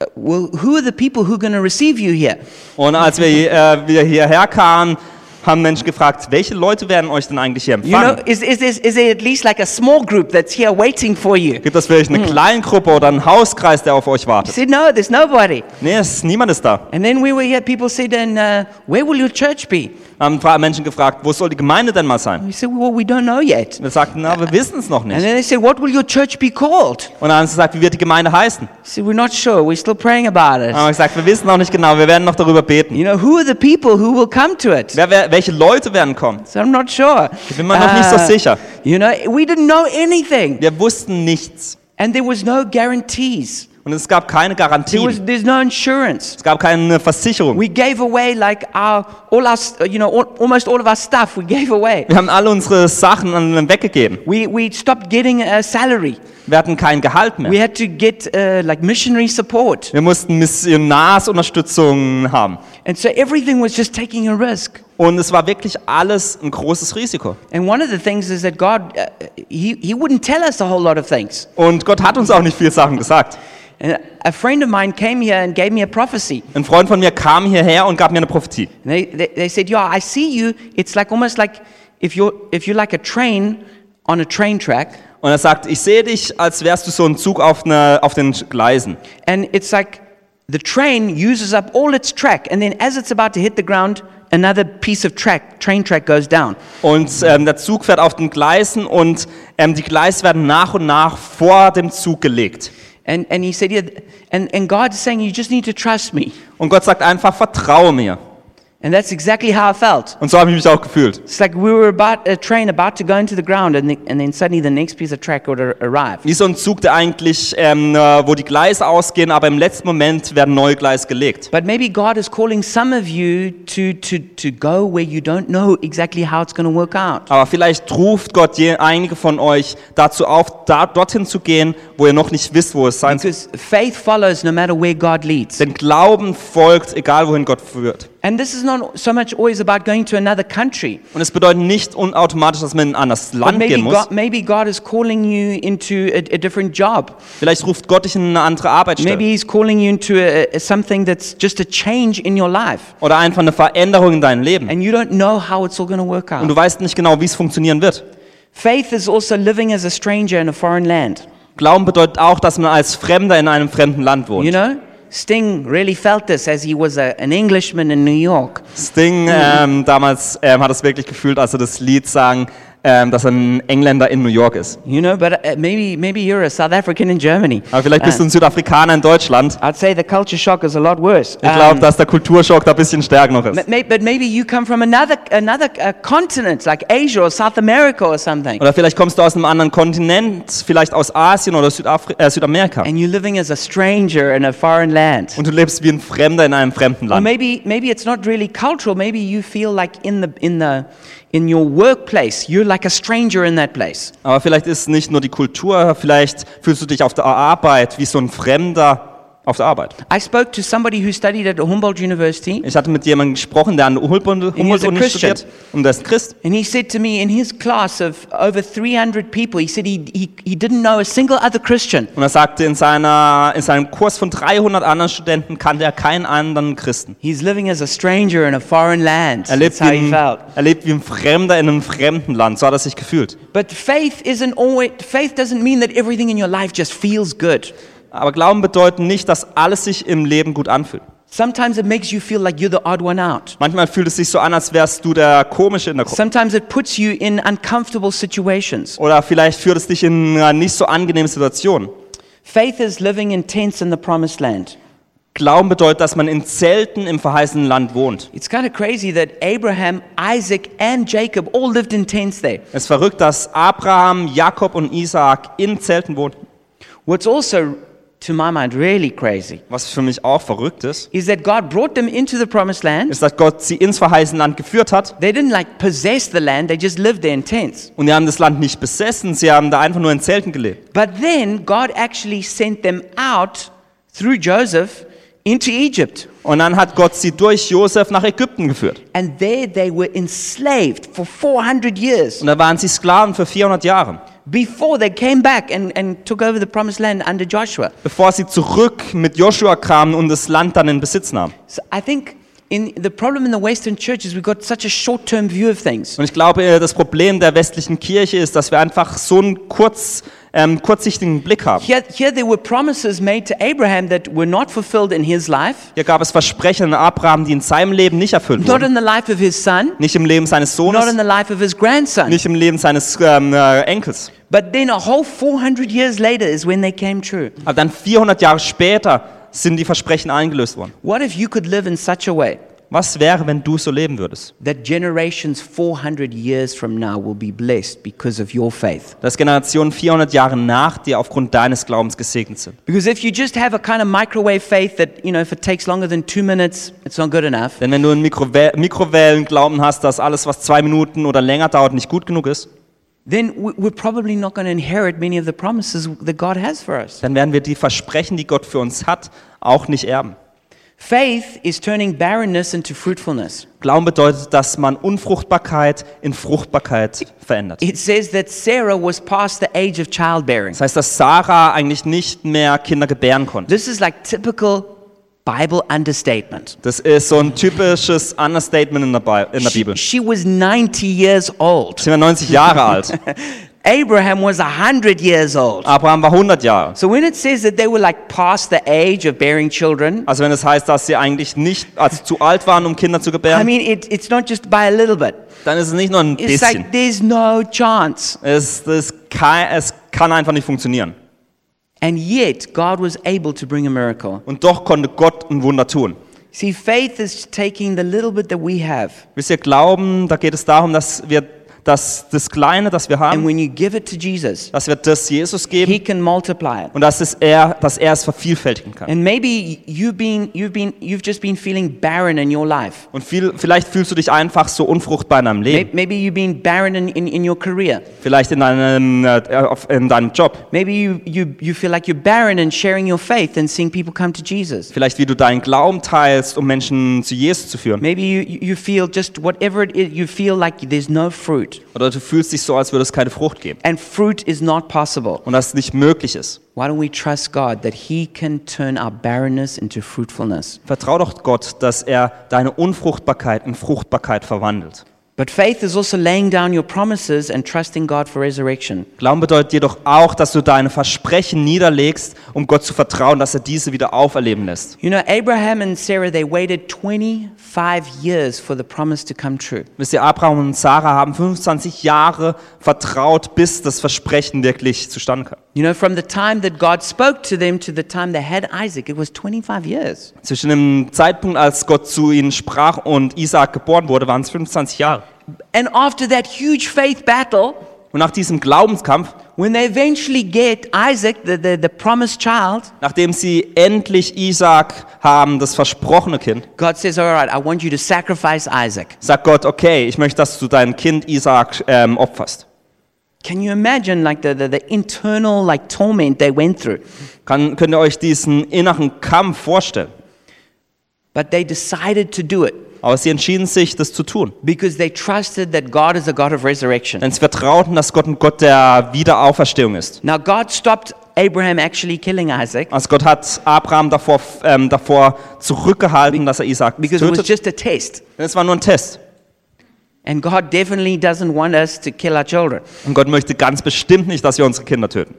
uh, Well, who are the people who are going to receive you here?
Und als wir, äh, wir hierher kamen, haben Menschen gefragt, welche Leute werden euch denn eigentlich hier
You know,
empfangen?
is, is, is, is there at least like a small group that's here waiting for you?
Gibt es vielleicht eine
Mm.
Kleingruppe oder einen Hauskreis, der auf euch
I
wartet?
said, no, there's nobody.
Nee, es, niemand ist da.
And then we were here, people said, and uh, where will your church be?
Haben fra- Menschen gefragt, wo soll die Gemeinde denn mal sein?
We said, well, we don't know yet.
Wir sagten, na, wir wissen es noch
And
nicht.
then they said, what will your church be called?
Und dann haben sie gesagt, wie wird die Gemeinde heißen?
I said, we're not sure. We're still praying about
Dann haben
it.
wir gesagt, wir wissen noch nicht genau, wir werden noch darüber beten.
You know, who are the people who will come to it?
Wer, wer, welche Leute werden kommen?
So I'm not sure. Ah. Uh,
bin mir noch nicht so sicher.
You know, we didn't know anything.
Wir wussten nichts.
And there was no guarantees.
Und es gab keine
There was,
Garantien.
there's no insurance.
Es gab keine Versicherung.
We gave away like our all our st- you know all, almost all of our stuff. We gave away.
Wir haben alle unsere Sachen an- weggegeben.
We we stopped getting a salary.
Wir hatten kein Gehalt
We
mehr.
had to get uh, like missionary support.
Wir mussten Missionarsunterstützung haben.
And so everything was just taking a risk.
Und es war wirklich alles ein großes Risiko.
And one of the things is that God, uh, he, he wouldn't tell us a whole lot of things.
Und Gott hat uns auch nicht viele Sachen gesagt.
And a friend of mine came here and gave me a prophecy.
Ein Freund von mir kam hierher und gab mir eine Prophetie.
And they, they, they said, Yeah, I see you. It's like almost like if you're, if you're like a train on a train track,
Und er sagt, ich sehe dich, als wärst du so ein Zug auf, einer- auf den Gleisen.
and it's like the train uses up all its track. And then as it's about to hit the ground, another piece of track, train track goes down.
Und ähm, der Zug fährt auf den Gleisen und ähm, die Gleise werden nach und nach vor dem Zug gelegt.
And, and he said, Yeah, th- and, and God's saying, You just need to trust me.
Und Gott sagt einfach, vertraue mir.
And that's exactly how I felt.
Und so habe ich mich auch gefühlt.
It's like we were about a train about to go into the ground, and, the, and then suddenly the next piece of track would ar- arrive.
Wie so ein Zug, der eigentlich, ähm, äh, wo die Gleise ausgehen, aber im letzten Moment werden neue Gleise gelegt.
But maybe God is calling some of you to, to, to go where you don't know exactly how it's going to work out.
Aber vielleicht ruft Gott je, einige von euch dazu auf, da, dorthin zu gehen, wo ihr noch nicht wisst, wo es sein soll.
Because faith follows no matter where God leads.
Denn Glauben folgt, egal wohin Gott führt.
And this is not so much always about going to another country,
Und es bedeutet nicht unautomatisch, dass man in ein anderes
but
Land
maybe
gehen muss.
God, maybe God is calling you into a, a different job.
Vielleicht ruft Gott dich in eine andere
Maybe
Arbeitsstelle.
He's calling you into a, a, something that's just a change in your life,
Oder einfach eine Veränderung in deinem Leben.
and you don't know how it's all going to work
Und
out.
du weißt nicht genau, wie es funktionieren wird.
Faith is also living as a stranger in a foreign land.
Glauben bedeutet auch, dass man als Fremder in einem fremden Land wohnt.
You know, Sting really felt this as he was a, an Englishman in New York.
Sting ähm, damals ähm, hat es wirklich gefühlt, als er das Lied sang, ähm, dass er ein Engländer in New York ist.
You know, but uh, maybe maybe you're a South African in Germany. Uh,
Aber vielleicht bist du
Ah.
ein Südafrikaner in Deutschland.
I'd say the culture shock is a lot worse.
Ich glaube, dass der Kulturschock da ein bisschen stärker noch
but,
ist.
may, but maybe you come from another another uh, continent, like Asia or South America or something,
Oder vielleicht kommst du aus einem anderen Kontinent, vielleicht aus Asien oder Südafri äh, Südamerika.
and you're living as a stranger in a foreign land.
Und du lebst wie ein Fremder in einem fremden
Or
Land.
maybe maybe it's not really cultural. Maybe you feel like in the in the in your workplace, you're like a stranger in that place.
Aber vielleicht ist es nicht nur die Kultur, vielleicht fühlst du dich auf der Arbeit wie so ein Fremder auf der Arbeit.
I spoke to somebody who studied at Humboldt University.
Ich hatte mit jemandem gesprochen, der an der Humboldt- Humboldt-Uni
Christian.
studiert und der ist Christ.
And he said to me, in his class of over 300 people, he said he, he, he didn't know a single other Christian.
Und er sagte, in, seiner, in seinem Kurs von 300 anderen Studenten kannte er keinen anderen Christen.
He's living as a stranger in a foreign land.
Er
That's
lebt,
how
wie
he
ein,
felt.
er lebt wie ein Fremder in einem fremden Land, so hat er sich gefühlt.
But faith isn't always, faith doesn't mean that everything in your life just feels good.
Aber Glauben bedeutet nicht, dass alles sich im Leben gut anfühlt.
Sometimes it makes you feel like you're the odd one out.
Manchmal fühlt es sich so an, als wärst du der Komische in der Gruppe.
Sometimes it puts you in uncomfortable situations.
Oder vielleicht führt es dich in eine nicht so angenehme Situation.
Faith is living in tents in the promised land.
Glauben bedeutet, dass man in Zelten im verheißenen Land wohnt.
It's kind of crazy that Abraham, Isaac, and Jacob all lived in tents there.
Es ist verrückt, dass Abraham, Jakob und Isaak in Zelten wohnten.
What's also, to my mind, really crazy
Was für mich auch verrückt ist,
is that God brought them into the promised land.
ist, dass Gott sie ins verheißene Land geführt hat
They didn't like possess the land, they just lived there in tents.
Und die haben das Land nicht besessen, sie haben da einfach nur in Zelten gelebt.
But then God actually sent them out through Joseph into Egypt.
Und dann hat Gott sie durch Josef nach Ägypten geführt.
And there they were enslaved for 400 years
Und da waren sie Sklaven für 400 Jahre,
before they came back and, and took over the promised land under Joshua.
bevor sie zurück mit Joshua kamen und das Land dann in Besitz nahmen.
So I think in the problem in the Western church is we've got such a short term view of things.
Und ich glaube, äh, das Problem der westlichen Kirche ist, dass wir einfach so einen kurz, ähm, kurzsichtigen Blick haben.
Here, here there were promises made to Abraham that were not fulfilled in his life,
Hier gab es Versprechen an Abraham, die in seinem Leben nicht erfüllt
not
wurden.
in the life of his son,
Nicht im Leben seines
not in
Sohnes,
the life of his grandson.
nicht im Leben seines ähm, äh, Enkels.
But then a whole 400 years later is when they came true.
Aber dann 400 Jahre später sind die Versprechen eingelöst worden.
What if you could live in such a way
Was wäre, wenn du so leben würdest?
that generations 400 years from now will be blessed because of your faith.
Dass Generationen 400 Jahre nach dir aufgrund deines Glaubens gesegnet sind.
Because if you just have a kind of microwave faith that, you know, if it takes longer than two minutes, it's not good enough,
Denn wenn du einen Mikrowell Mikrowellenglauben hast, dass alles, was zwei Minuten oder länger dauert, nicht gut genug ist,
then we- we're probably not going to inherit many of the promises that God has for us.
dann werden wir die Versprechen, die Gott für uns hat, auch nicht erben.
Faith is turning barrenness into fruitfulness.
Glauben bedeutet, dass man Unfruchtbarkeit in Fruchtbarkeit verändert.
It says that Sarah was past the age of childbearing.
Das heißt, dass Sarah eigentlich nicht mehr Kinder gebären konnte.
This is like typical Bible understatement.
Das ist so ein typisches Understatement in der, Bi in der Bibel.
She, she was 90 years old.
Sind wir 90 Jahre alt.
Abraham was 100 years old.
Abraham war 100 Jahre.
So when it says that they were like past the age of bearing children,
Also wenn es das heißt, dass sie eigentlich nicht, also zu alt waren, um Kinder zu
I
gebären,
mean, it, it's not just by a little bit.
dann ist es nicht nur ein
It's like
bisschen.
there's no chance.
Es, das kann, es kann einfach nicht funktionieren.
And yet, God was able to bring a miracle.
Und doch konnte Gott ein Wunder tun.
See, faith is taking the little bit that we have,
Wisst ihr, Glauben, da geht es darum, dass wir dass das Kleine, das wir
and
haben,
when you give it to Jesus,
dass wir das Jesus
He
geben
can multiply it.
und dass, es er, dass er es vervielfältigen kann.
And maybe you've been, you've been, you've just been feeling barren in your life.
Und viel, vielleicht fühlst du dich einfach so unfruchtbar in deinem
May-
Leben,
Maybe you've been barren in, in, in your career.
vielleicht in deinem, äh, auf- in deinem Job,
Maybe you, you, you feel like you're barren in sharing your faith and seeing people come to Jesus.
vielleicht wie du deinen Glauben teilst, um Menschen zu Jesus zu führen.
Maybe you, you you feel just whatever it is, you feel like there's no fruit.
Oder du fühlst dich so, als würde es keine Frucht geben
And fruit is not possible.
und dass es nicht möglich ist.
Why don't we trust God that He can turn our barrenness into fruitfulness?
Vertrau doch Gott, dass er deine Unfruchtbarkeit in Fruchtbarkeit verwandelt.
But faith is also laying down your promises and trusting God for resurrection.
Glauben bedeutet jedoch auch, dass du deine Versprechen niederlegst, um Gott zu vertrauen, dass er diese wieder auferleben lässt.
You know, Abraham and Sarah, they waited 25 years for the promise to come true.
Wisst ihr, Abraham und Sarah haben 25 Jahre vertraut, bis das Versprechen wirklich zustande kam.
You know, from the time that God spoke to them to the time they had Isaac, it was 25 years.
Zwischen dem Zeitpunkt, als Gott zu ihnen sprach und Isaak geboren wurde, waren es 25 Jahre.
And after that huge faith battle,
Und nach diesem Glaubenskampf,
when they eventually get Isaac, the, the, the promised child,
nachdem sie endlich Isaak haben, das versprochene Kind,
God says, All right, I want you to sacrifice Isaac.
sagt Gott, okay, ich möchte, dass du dein Kind Isaak ähm, opferst.
Can you imagine like the, the, the internal like torment they went through?
Kann, könnt ihr euch diesen inneren Kampf vorstellen?
But they decided to do it
Aber sie entschieden sich, das zu tun.
because they trusted that God is a God of resurrection.
Denn sie vertrauten, dass Gott ein Gott der Wiederauferstehung ist.
Now God stopped Abraham actually killing Isaac
Also Gott hat Abraham davor, ähm, davor zurückgehalten, dass er Isaak
because it was
tötet.
just
Denn
a test.
es war nur ein Test.
And God definitely doesn't want us to kill our children.
Und Gott möchte ganz bestimmt nicht, dass wir unsere Kinder töten.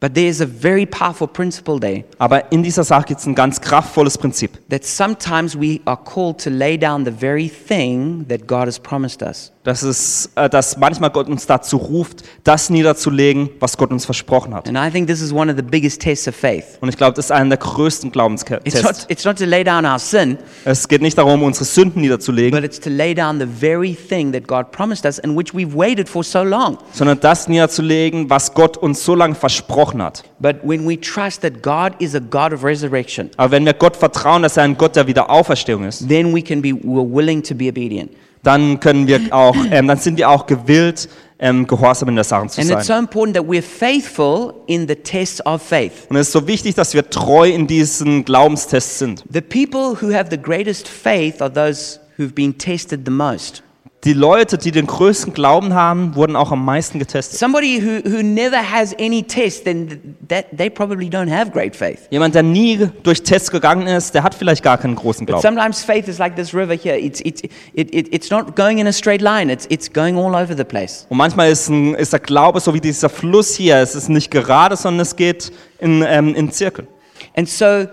But there's a very powerful principle there
Aber in dieser Sache gibt es ein ganz kraftvolles Prinzip.
that sometimes we are called to lay down the very thing that God has promised us.
Das ist, äh, dass manchmal Gott uns dazu ruft, das niederzulegen, was Gott uns versprochen hat.
And I think this is one of the biggest tests of faith.
Und ich glaube, das ist einer der größten
It's not,
Glaubenstests.
it's not to lay down our sin,
Es geht nicht darum, unsere Sünden niederzulegen,
But it's to lay down the very thing that God promised us and which we've waited for so long.
sondern das niederzulegen, was Gott uns so lange versprochen hat.
But when we trust that God is a God of resurrection,
Aber wenn wir Gott vertrauen, dass er ein Gott der Wiederauferstehung ist,
then we can be we're willing to be obedient.
dann können wir auch, ähm, dann sind wir auch gewillt, ähm, gehorsam in der Sache zu
And it's
sein.
so important that we're faithful in the tests of faith.
Und es ist so wichtig, dass wir treu in diesen Glaubenstests sind.
The people who have the greatest faith are those who've been tested the most.
Die Leute, die den größten Glauben haben, wurden auch am meisten getestet.
Somebody who, who never has any test, then th- that they probably don't have great faith.
Jemand, der nie durch Tests gegangen ist, der hat vielleicht gar keinen großen
But
Glauben.
sometimes faith is like this river here. It's, it's, it, it, it's not going in a straight line. It's, it's going all over the place.
Und manchmal ist, ein, ist der Glaube so wie dieser Fluss hier. Es ist nicht gerade, sondern es geht in, ähm, in Zirkeln.
And so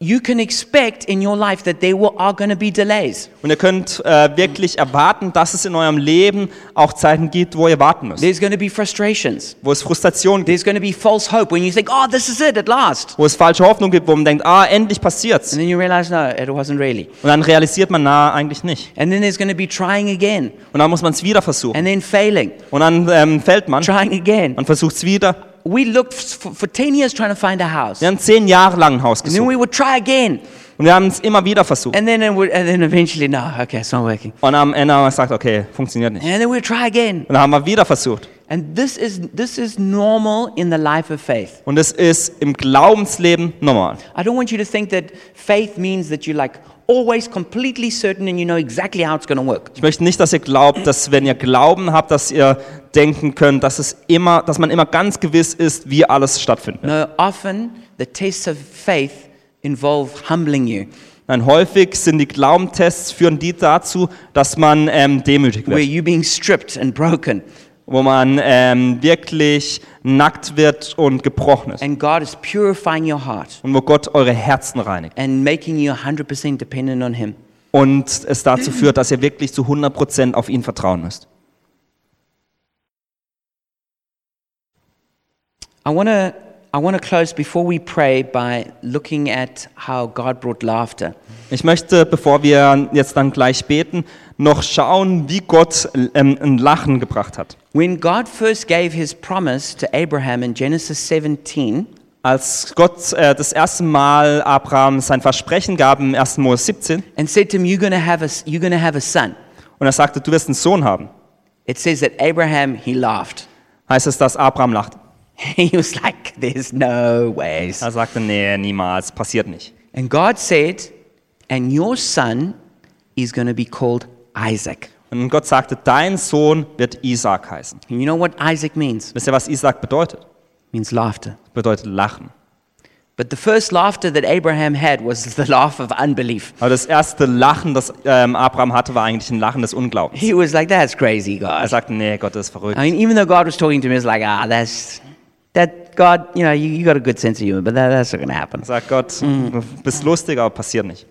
you can expect in your life that there will, are going to be delays.
Und ihr könnt äh, wirklich erwarten, dass es in eurem Leben auch Zeiten gibt, wo ihr warten müsst,
There's going to be frustrations.
wo es Frustration gibt,
There's going to be false hope when you think, oh, this is it at last.
wo es falsche Hoffnung gibt, wo man denkt, ah, endlich passiert's.
And then you realize, no, it wasn't really.
Und dann realisiert man, na, eigentlich nicht.
And then there's going to be trying again,
Und dann muss man es wieder versuchen.
and then failing,
Und dann ähm, fällt man
trying again.
und versucht es wieder.
We looked for, for 10 years trying to find a house.
Wir haben zehn Jahre lang ein Haus
And then
gesucht.
we would try again.
Und wir haben es immer wieder versucht.
And then, it would, and then eventually, no, okay, it's not working.
Und am Ende haben wir gesagt, okay, funktioniert nicht.
And then we'd try again.
Und dann haben wir wieder versucht.
And this is, this is normal in the life of faith.
Und es ist im Glaubensleben normal.
I don't want you to think that faith means that you're like always completely certain and you know exactly how it's going to work.
Ich möchte nicht, dass ihr glaubt, dass wenn ihr Glauben habt, dass ihr denken könnt, dass es immer, dass man immer ganz gewiss ist, wie alles stattfindet.
No, often the tests of faith involve humbling you,
Nein, häufig sind die Glaubentests führen die dazu, dass man ähm, demütig
where
wird,
you being stripped and broken,
wo man ähm, wirklich nackt wird und gebrochen ist
and God is purifying your heart
und wo Gott eure Herzen reinigt
and making you 100% dependent on Him.
und es dazu führt, dass ihr wirklich zu 100% auf ihn vertrauen müsst.
I want to I want to close before we pray by looking at how God brought laughter.
Ich möchte, bevor wir jetzt dann gleich beten, noch schauen, wie Gott ähm, ein Lachen gebracht hat.
When God first gave his promise to Abraham in Genesis 17,
Als Gott äh, das erste Mal Abraham sein Versprechen gab im 1. Mose 17
and said to him, "You're going to have a s- you're going to have a son."
und er sagte, du wirst einen Sohn haben,
It says that Abraham he laughed.
heißt es, dass Abraham lachte.
He was like, "There's no ways."
Er sagte, nee, niemals, passiert nicht.
And God said, "And your son is going to be called Isaac."
Und Gott sagte, dein Sohn wird Isaac heißen.
And you know what Isaac means?
Wisst ihr, was Isaac bedeutet?
It means laughter.
Bedeutet Lachen.
But the first laughter that Abraham had was the laugh of unbelief.
Aber das erste Lachen, das ähm, Abraham hatte, war eigentlich ein Lachen des Unglaubens.
He was like, "That's crazy,
Er
God."
sagte, nee, Gott das ist verrückt.
I mean, even though God was talking to me, it's like, ah, that's that God, you know, you, you got a good sense of humor, but that, that's not going to happen.
Sagt Gott, du bist lustig, aber passiert nicht.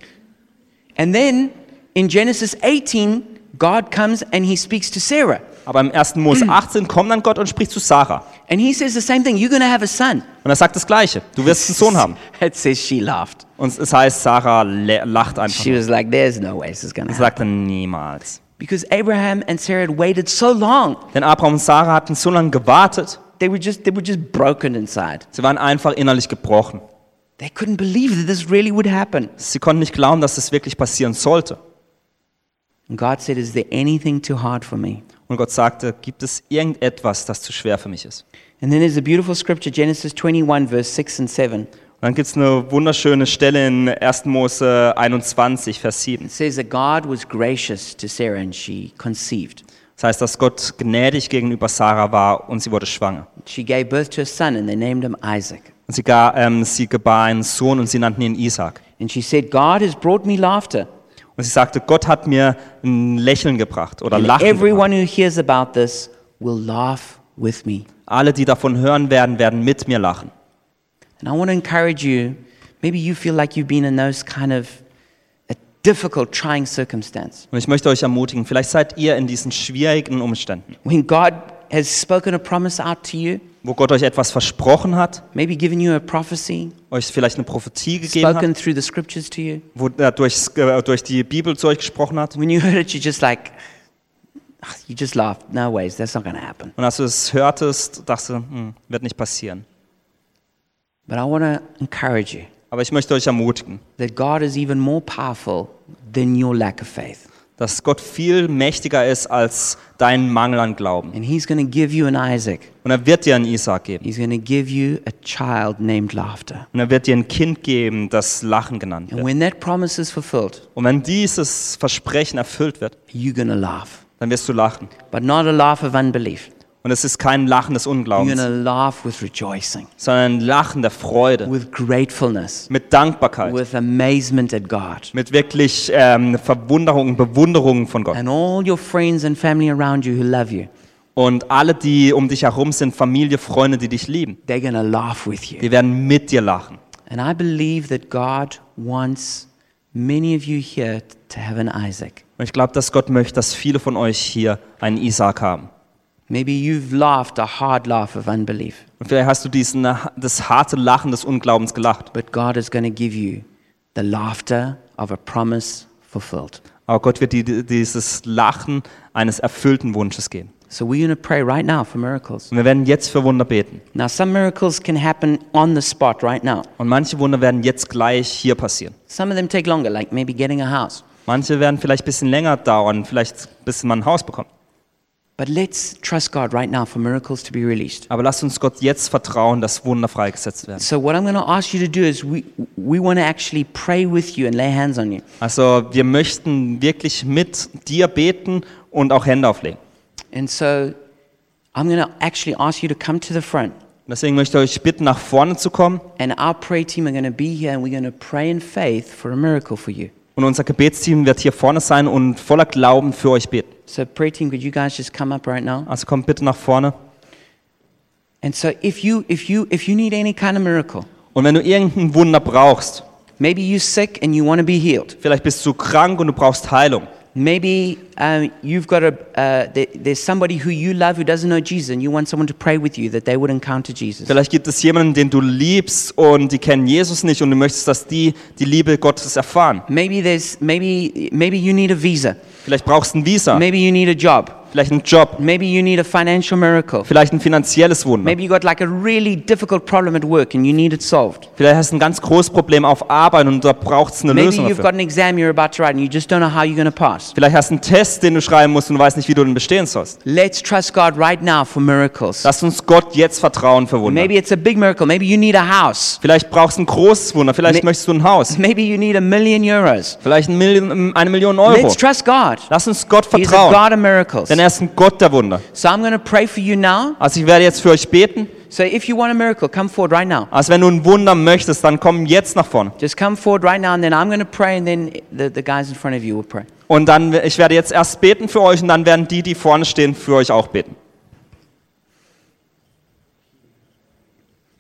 And then in Genesis 18, God comes and he speaks to Sarah.
Aber im 1. Mose 18 kommt dann Gott und spricht zu Sarah.
And he says the same thing you're going to have a son.
Und er sagt das Gleiche. Du wirst einen Sohn haben.
It says she laughed.
Und es heißt, Sarah lä- lacht einfach.
She
nur.
was like, there's no way this is going to
Sie
happen.
sagte niemals.
Because Abraham and Sarah had waited so long,
Denn Abraham und Sarah hatten so lange gewartet.
they were just, they were just broken inside.
Sie waren einfach innerlich gebrochen.
They couldn't believe that this really would happen.
Sie konnten nicht glauben, dass das wirklich passieren sollte.
And God said, Is there anything too hard for me?
Und Gott sagte, gibt es irgendetwas, das zu schwer für mich ist?
And then there's a beautiful scripture, Genesis 21, verse 6 and 7.
Und dann gibt es eine wunderschöne Stelle in 1. Mose 21, Vers 7.
It says that God was gracious to Sarah and she conceived.
Das heißt, dass Gott gnädig gegenüber Sarah war und sie wurde schwanger.
She gave birth to a son and they named him Isaac.
Und sie, gar, ähm, sie gebar einen Sohn und sie nannten ihn Isaac.
And she said, God has brought me laughter.
Und sie sagte, Gott hat mir ein Lächeln gebracht oder
And
Lachen gebracht.
everyone who hears about this will laugh with me.
Alle, die davon hören werden, werden mit mir lachen.
And I want to encourage you. Maybe you feel like you've been in those kind of a difficult, trying circumstance.
Und ich möchte euch ermutigen, vielleicht seid ihr in diesen schwierigen Umständen,
When God has spoken a promise out to you,
wo Gott euch etwas versprochen hat,
maybe given you a prophecy,
euch vielleicht eine Prophetie gegeben
spoken
hat,
through the scriptures to you.
wo er durch, äh, durch die Bibel zu euch gesprochen hat.
When you heard it, you just like, "Ah, you just laughed. No ways, that's not going to happen.
Und als du es hörtest, dachte, hm, wird nicht passieren.
But I want to encourage you
Aber ich möchte euch ermutigen,
that God is even more powerful than your lack of faith.
dass Gott viel mächtiger ist als dein Mangel an Glauben.
And He's going to give you an Isaac.
Und er wird dir einen Isaac geben.
He's going to give you a child named Laughter.
Und er wird dir ein Kind geben, das Lachen genannt
And
wird.
when that promise is fulfilled,
Und wenn dieses Versprechen erfüllt wird,
you're going to laugh.
dann wirst du lachen.
But not a laugh of unbelief.
Und es ist kein Lachen des
You're going
Unglaubens,
to laugh with rejoicing,
sondern ein Lachen der Freude,
with gratefulness,
mit Dankbarkeit,
with amazement at God.
mit wirklich ähm, Verwunderung, Bewunderung von Gott.
And all your friends and family around you who love you,
Und alle, die um dich herum sind, Familie, Freunde, die dich lieben,
they're going to laugh with you.
die werden mit dir lachen.
And I believe that God wants many of you here t- to have an Isaac.
Und ich glaube, dass Gott möchte, dass viele von euch hier einen Isaak haben.
Maybe you've laughed a hard laugh of unbelief,
Und vielleicht hast du diesen, das harte Lachen des Unglaubens gelacht.
but God is going to give you the laughter of a promise fulfilled.
Aber Gott wird dir dieses Lachen eines erfüllten Wunsches geben.
So we're going to pray right now for miracles.
Und wir werden jetzt für Wunder beten.
Now, some miracles can happen on the spot right now.
Und manche Wunder werden jetzt gleich hier passieren.
Some of them take longer, like maybe getting a house.
Manche werden vielleicht ein bisschen länger dauern, vielleicht bis man ein Haus bekommt.
But let's trust God right now for miracles to be released.
Aber lasst uns Gott jetzt vertrauen, dass Wunder freigesetzt werden.
So, what I'm going to ask you to do is we, we want to actually pray with you and lay hands on you.
Also wir möchten wirklich mit dir beten und auch Hände auflegen.
And so, I'm going to actually ask you to come to the front.
Deswegen möchte ich euch bitten, nach vorne zu kommen.
And our prayer team are going to be here and we're going to pray in faith for a miracle for you.
Und unser Gebetsteam wird hier vorne sein und voller Glauben für euch beten.
So, prayer team, could you guys just come up right now?
Also kommt bitte nach vorne.
And so, if you, if you, if you need any kind of miracle,
Und wenn du irgendein Wunder brauchst,
maybe you're sick and you want to be healed.
vielleicht bist du krank und du brauchst Heilung.
Maybe um, you've got a, uh, there, there's somebody who you love who doesn't know Jesus, and you want someone to pray with you that they would encounter Jesus.
Vielleicht gibt es jemanden, den du liebst und die kennen Jesus nicht und du möchtest, dass die die Liebe Gottes erfahren.
Maybe there's maybe maybe you need a visa.
Vielleicht brauchst du ein Visa,
Maybe you need a job.
vielleicht einen Job,
Maybe you need a financial miracle.
vielleicht ein finanzielles Wunder.
Maybe you got like a really difficult problem at work and you need it solved.
Vielleicht hast du ein ganz großes Problem auf Arbeit und da braucht es eine
Maybe
Lösung
you've
dafür.
got an exam you're about to write and you just don't know how you're going to pass.
Vielleicht hast du einen Test, den du schreiben musst und du weißt nicht, wie du den bestehen sollst.
Let's trust God right now for miracles.
Lass uns Gott jetzt vertrauen für Wunder.
Maybe it's a big miracle. Maybe you need a house.
Vielleicht brauchst du ein großes Wunder, vielleicht
May-
möchtest du ein Haus,
Maybe you need a million euros.
vielleicht ein Million, ähm, eine Million Euro.
Let's trust God.
Lass uns Gott
He's a God
vertrauen,
of miracles.
denn er ist ein Gott der Wunder.
So I'm going to pray for you now.
Also ich werde jetzt für euch beten.
So if you want a miracle, come forward right now.
Also wenn du ein Wunder möchtest, dann komm jetzt nach vorne.
Just come forward right now, and then I'm going to pray, and then the, the guys in front of you will pray.
Und dann, ich werde jetzt erst beten für euch und dann werden die, die vorne stehen, für euch auch beten.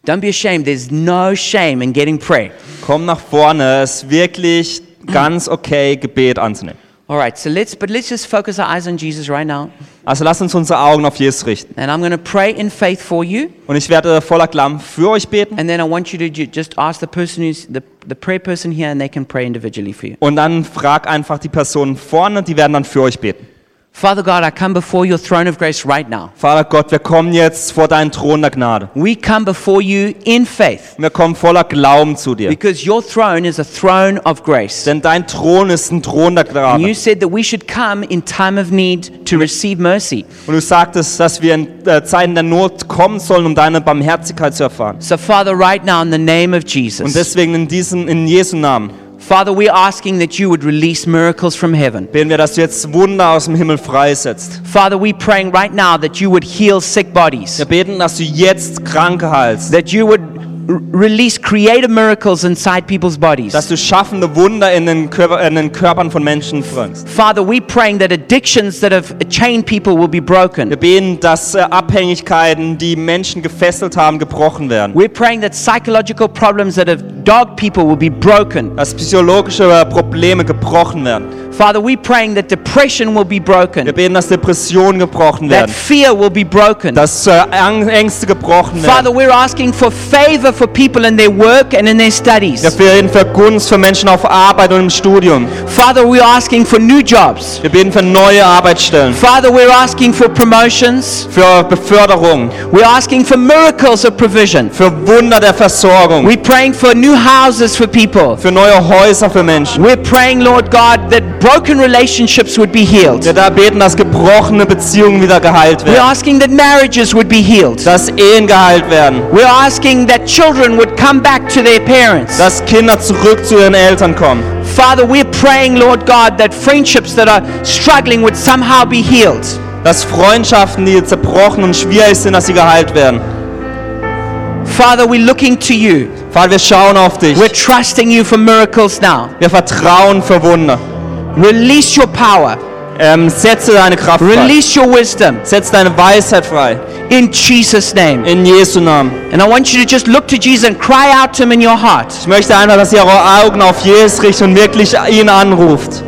Don't be ashamed. There's no shame in getting prayer.
Komm nach vorne, es ist wirklich ganz okay, Gebet anzunehmen.
All right. So let's but let's just focus our eyes on Jesus right now,
Also lasst uns unsere Augen auf Jesus richten.
and I'm going to pray in faith for you,
Und ich werde voller Glauben für euch beten.
and then I want you to ju- just ask the person who's the, the prayer person here, and they can pray individually for you.
Und dann frag einfach die Personen vorne, die werden dann für euch beten.
Father God, I come before your throne of grace right now.
Vater Gott, wir kommen jetzt vor deinen Thron der Gnade.
We come before you in faith
Wir kommen voller Glauben zu dir.
because your throne is a throne of grace.
Denn dein Thron ist ein Thron der
And you
Gnade.
said that we should come in time of need to receive mercy.
Und du sagtest, dass wir in äh, Zeiten der Not kommen sollen, um deine Barmherzigkeit zu erfahren.
So, Father, right now, in the name of
Und
Jesus,
deswegen in diesem, in Jesu Namen,
Father, we're asking that you would release miracles from heaven.
beten wir, dass du jetzt Wunder aus dem Himmel freisetzt.
Father, we're praying right now that you would heal sick bodies,
Wir beten, dass du jetzt Kranke heilst.
that you would r- release creative miracles inside people's bodies.
Dass du schaffende Wunder in den, Körper, in den Körpern von Menschen bringst.
Father, we're praying that addictions that have chained people will be broken.
Wir beten, dass äh, Abhängigkeiten, die Menschen gefesselt haben, gebrochen werden.
We're praying that psychological problems that have dogged people will be broken.
Dass psychologische äh, Probleme gebrochen werden.
Father, we're praying that depression will be broken,
Wir beten, dass Depressionen gebrochen
that
werden.
fear will be broken.
Dass äh, Ang- Ängste gebrochen
Father,
werden.
we're asking for favor for people in their work and in their
Wir
studies.
beten für Gunst für Menschen auf Arbeit und im Studium.
Father, we're asking for new jobs.
Wir beten für neue Arbeitsstellen.
Father, we're asking for promotions.
Für Beförderung.
We're asking for miracles of provision.
Für Wunder der Versorgung.
We're praying for new houses for people.
Für neue Häuser für Menschen.
We're praying, Lord God, that broken relationships would be healed.
Wir da beten, dass gebrochene Beziehungen wieder geheilt
We're
werden.
asking that marriages would be healed.
Dass Ehen geheilt werden.
We're asking that children would come back to their parents.
Dass Kinder zurück zu ihren Eltern kommen.
Father, we're praying, Lord God, that friendships that are struggling would somehow be healed.
Dass Freundschaften, die zerbrochen und schwierig sind, dass sie geheilt werden.
Father, we're looking to you.
Vater, wir schauen auf dich.
We're trusting you for miracles now.
Wir vertrauen für Wunder.
Release your power.
Ähm, setze deine Kraft frei.
Release your wisdom
Setz deine Weisheit frei.
in Jesus' name.
In Jesu Namen.
And I want you to just look to Jesus and cry out to him in your heart.
Ich möchte einfach, dass ihr eure Augen auf Jesus richtet und wirklich ihn anruft.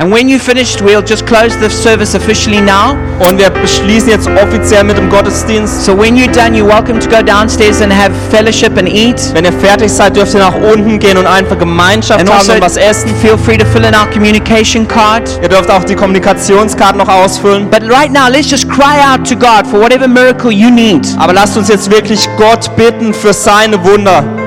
And when you're finished, we'll just close the service officially now.
Und wir beschließen jetzt offiziell mit dem Gottesdienst.
So when you're done, you're welcome to go downstairs and have fellowship and eat.
Wenn ihr fertig seid, dürft ihr nach unten gehen und einfach Gemeinschaft
And
haben
also
und was essen.
feel free to fill in our communication card.
Ihr dürft auch die Kommunikationskarten noch ausfüllen.
But right now, let's just cry out to God for whatever miracle you need.
Aber lasst uns jetzt wirklich Gott bitten für seine Wunder.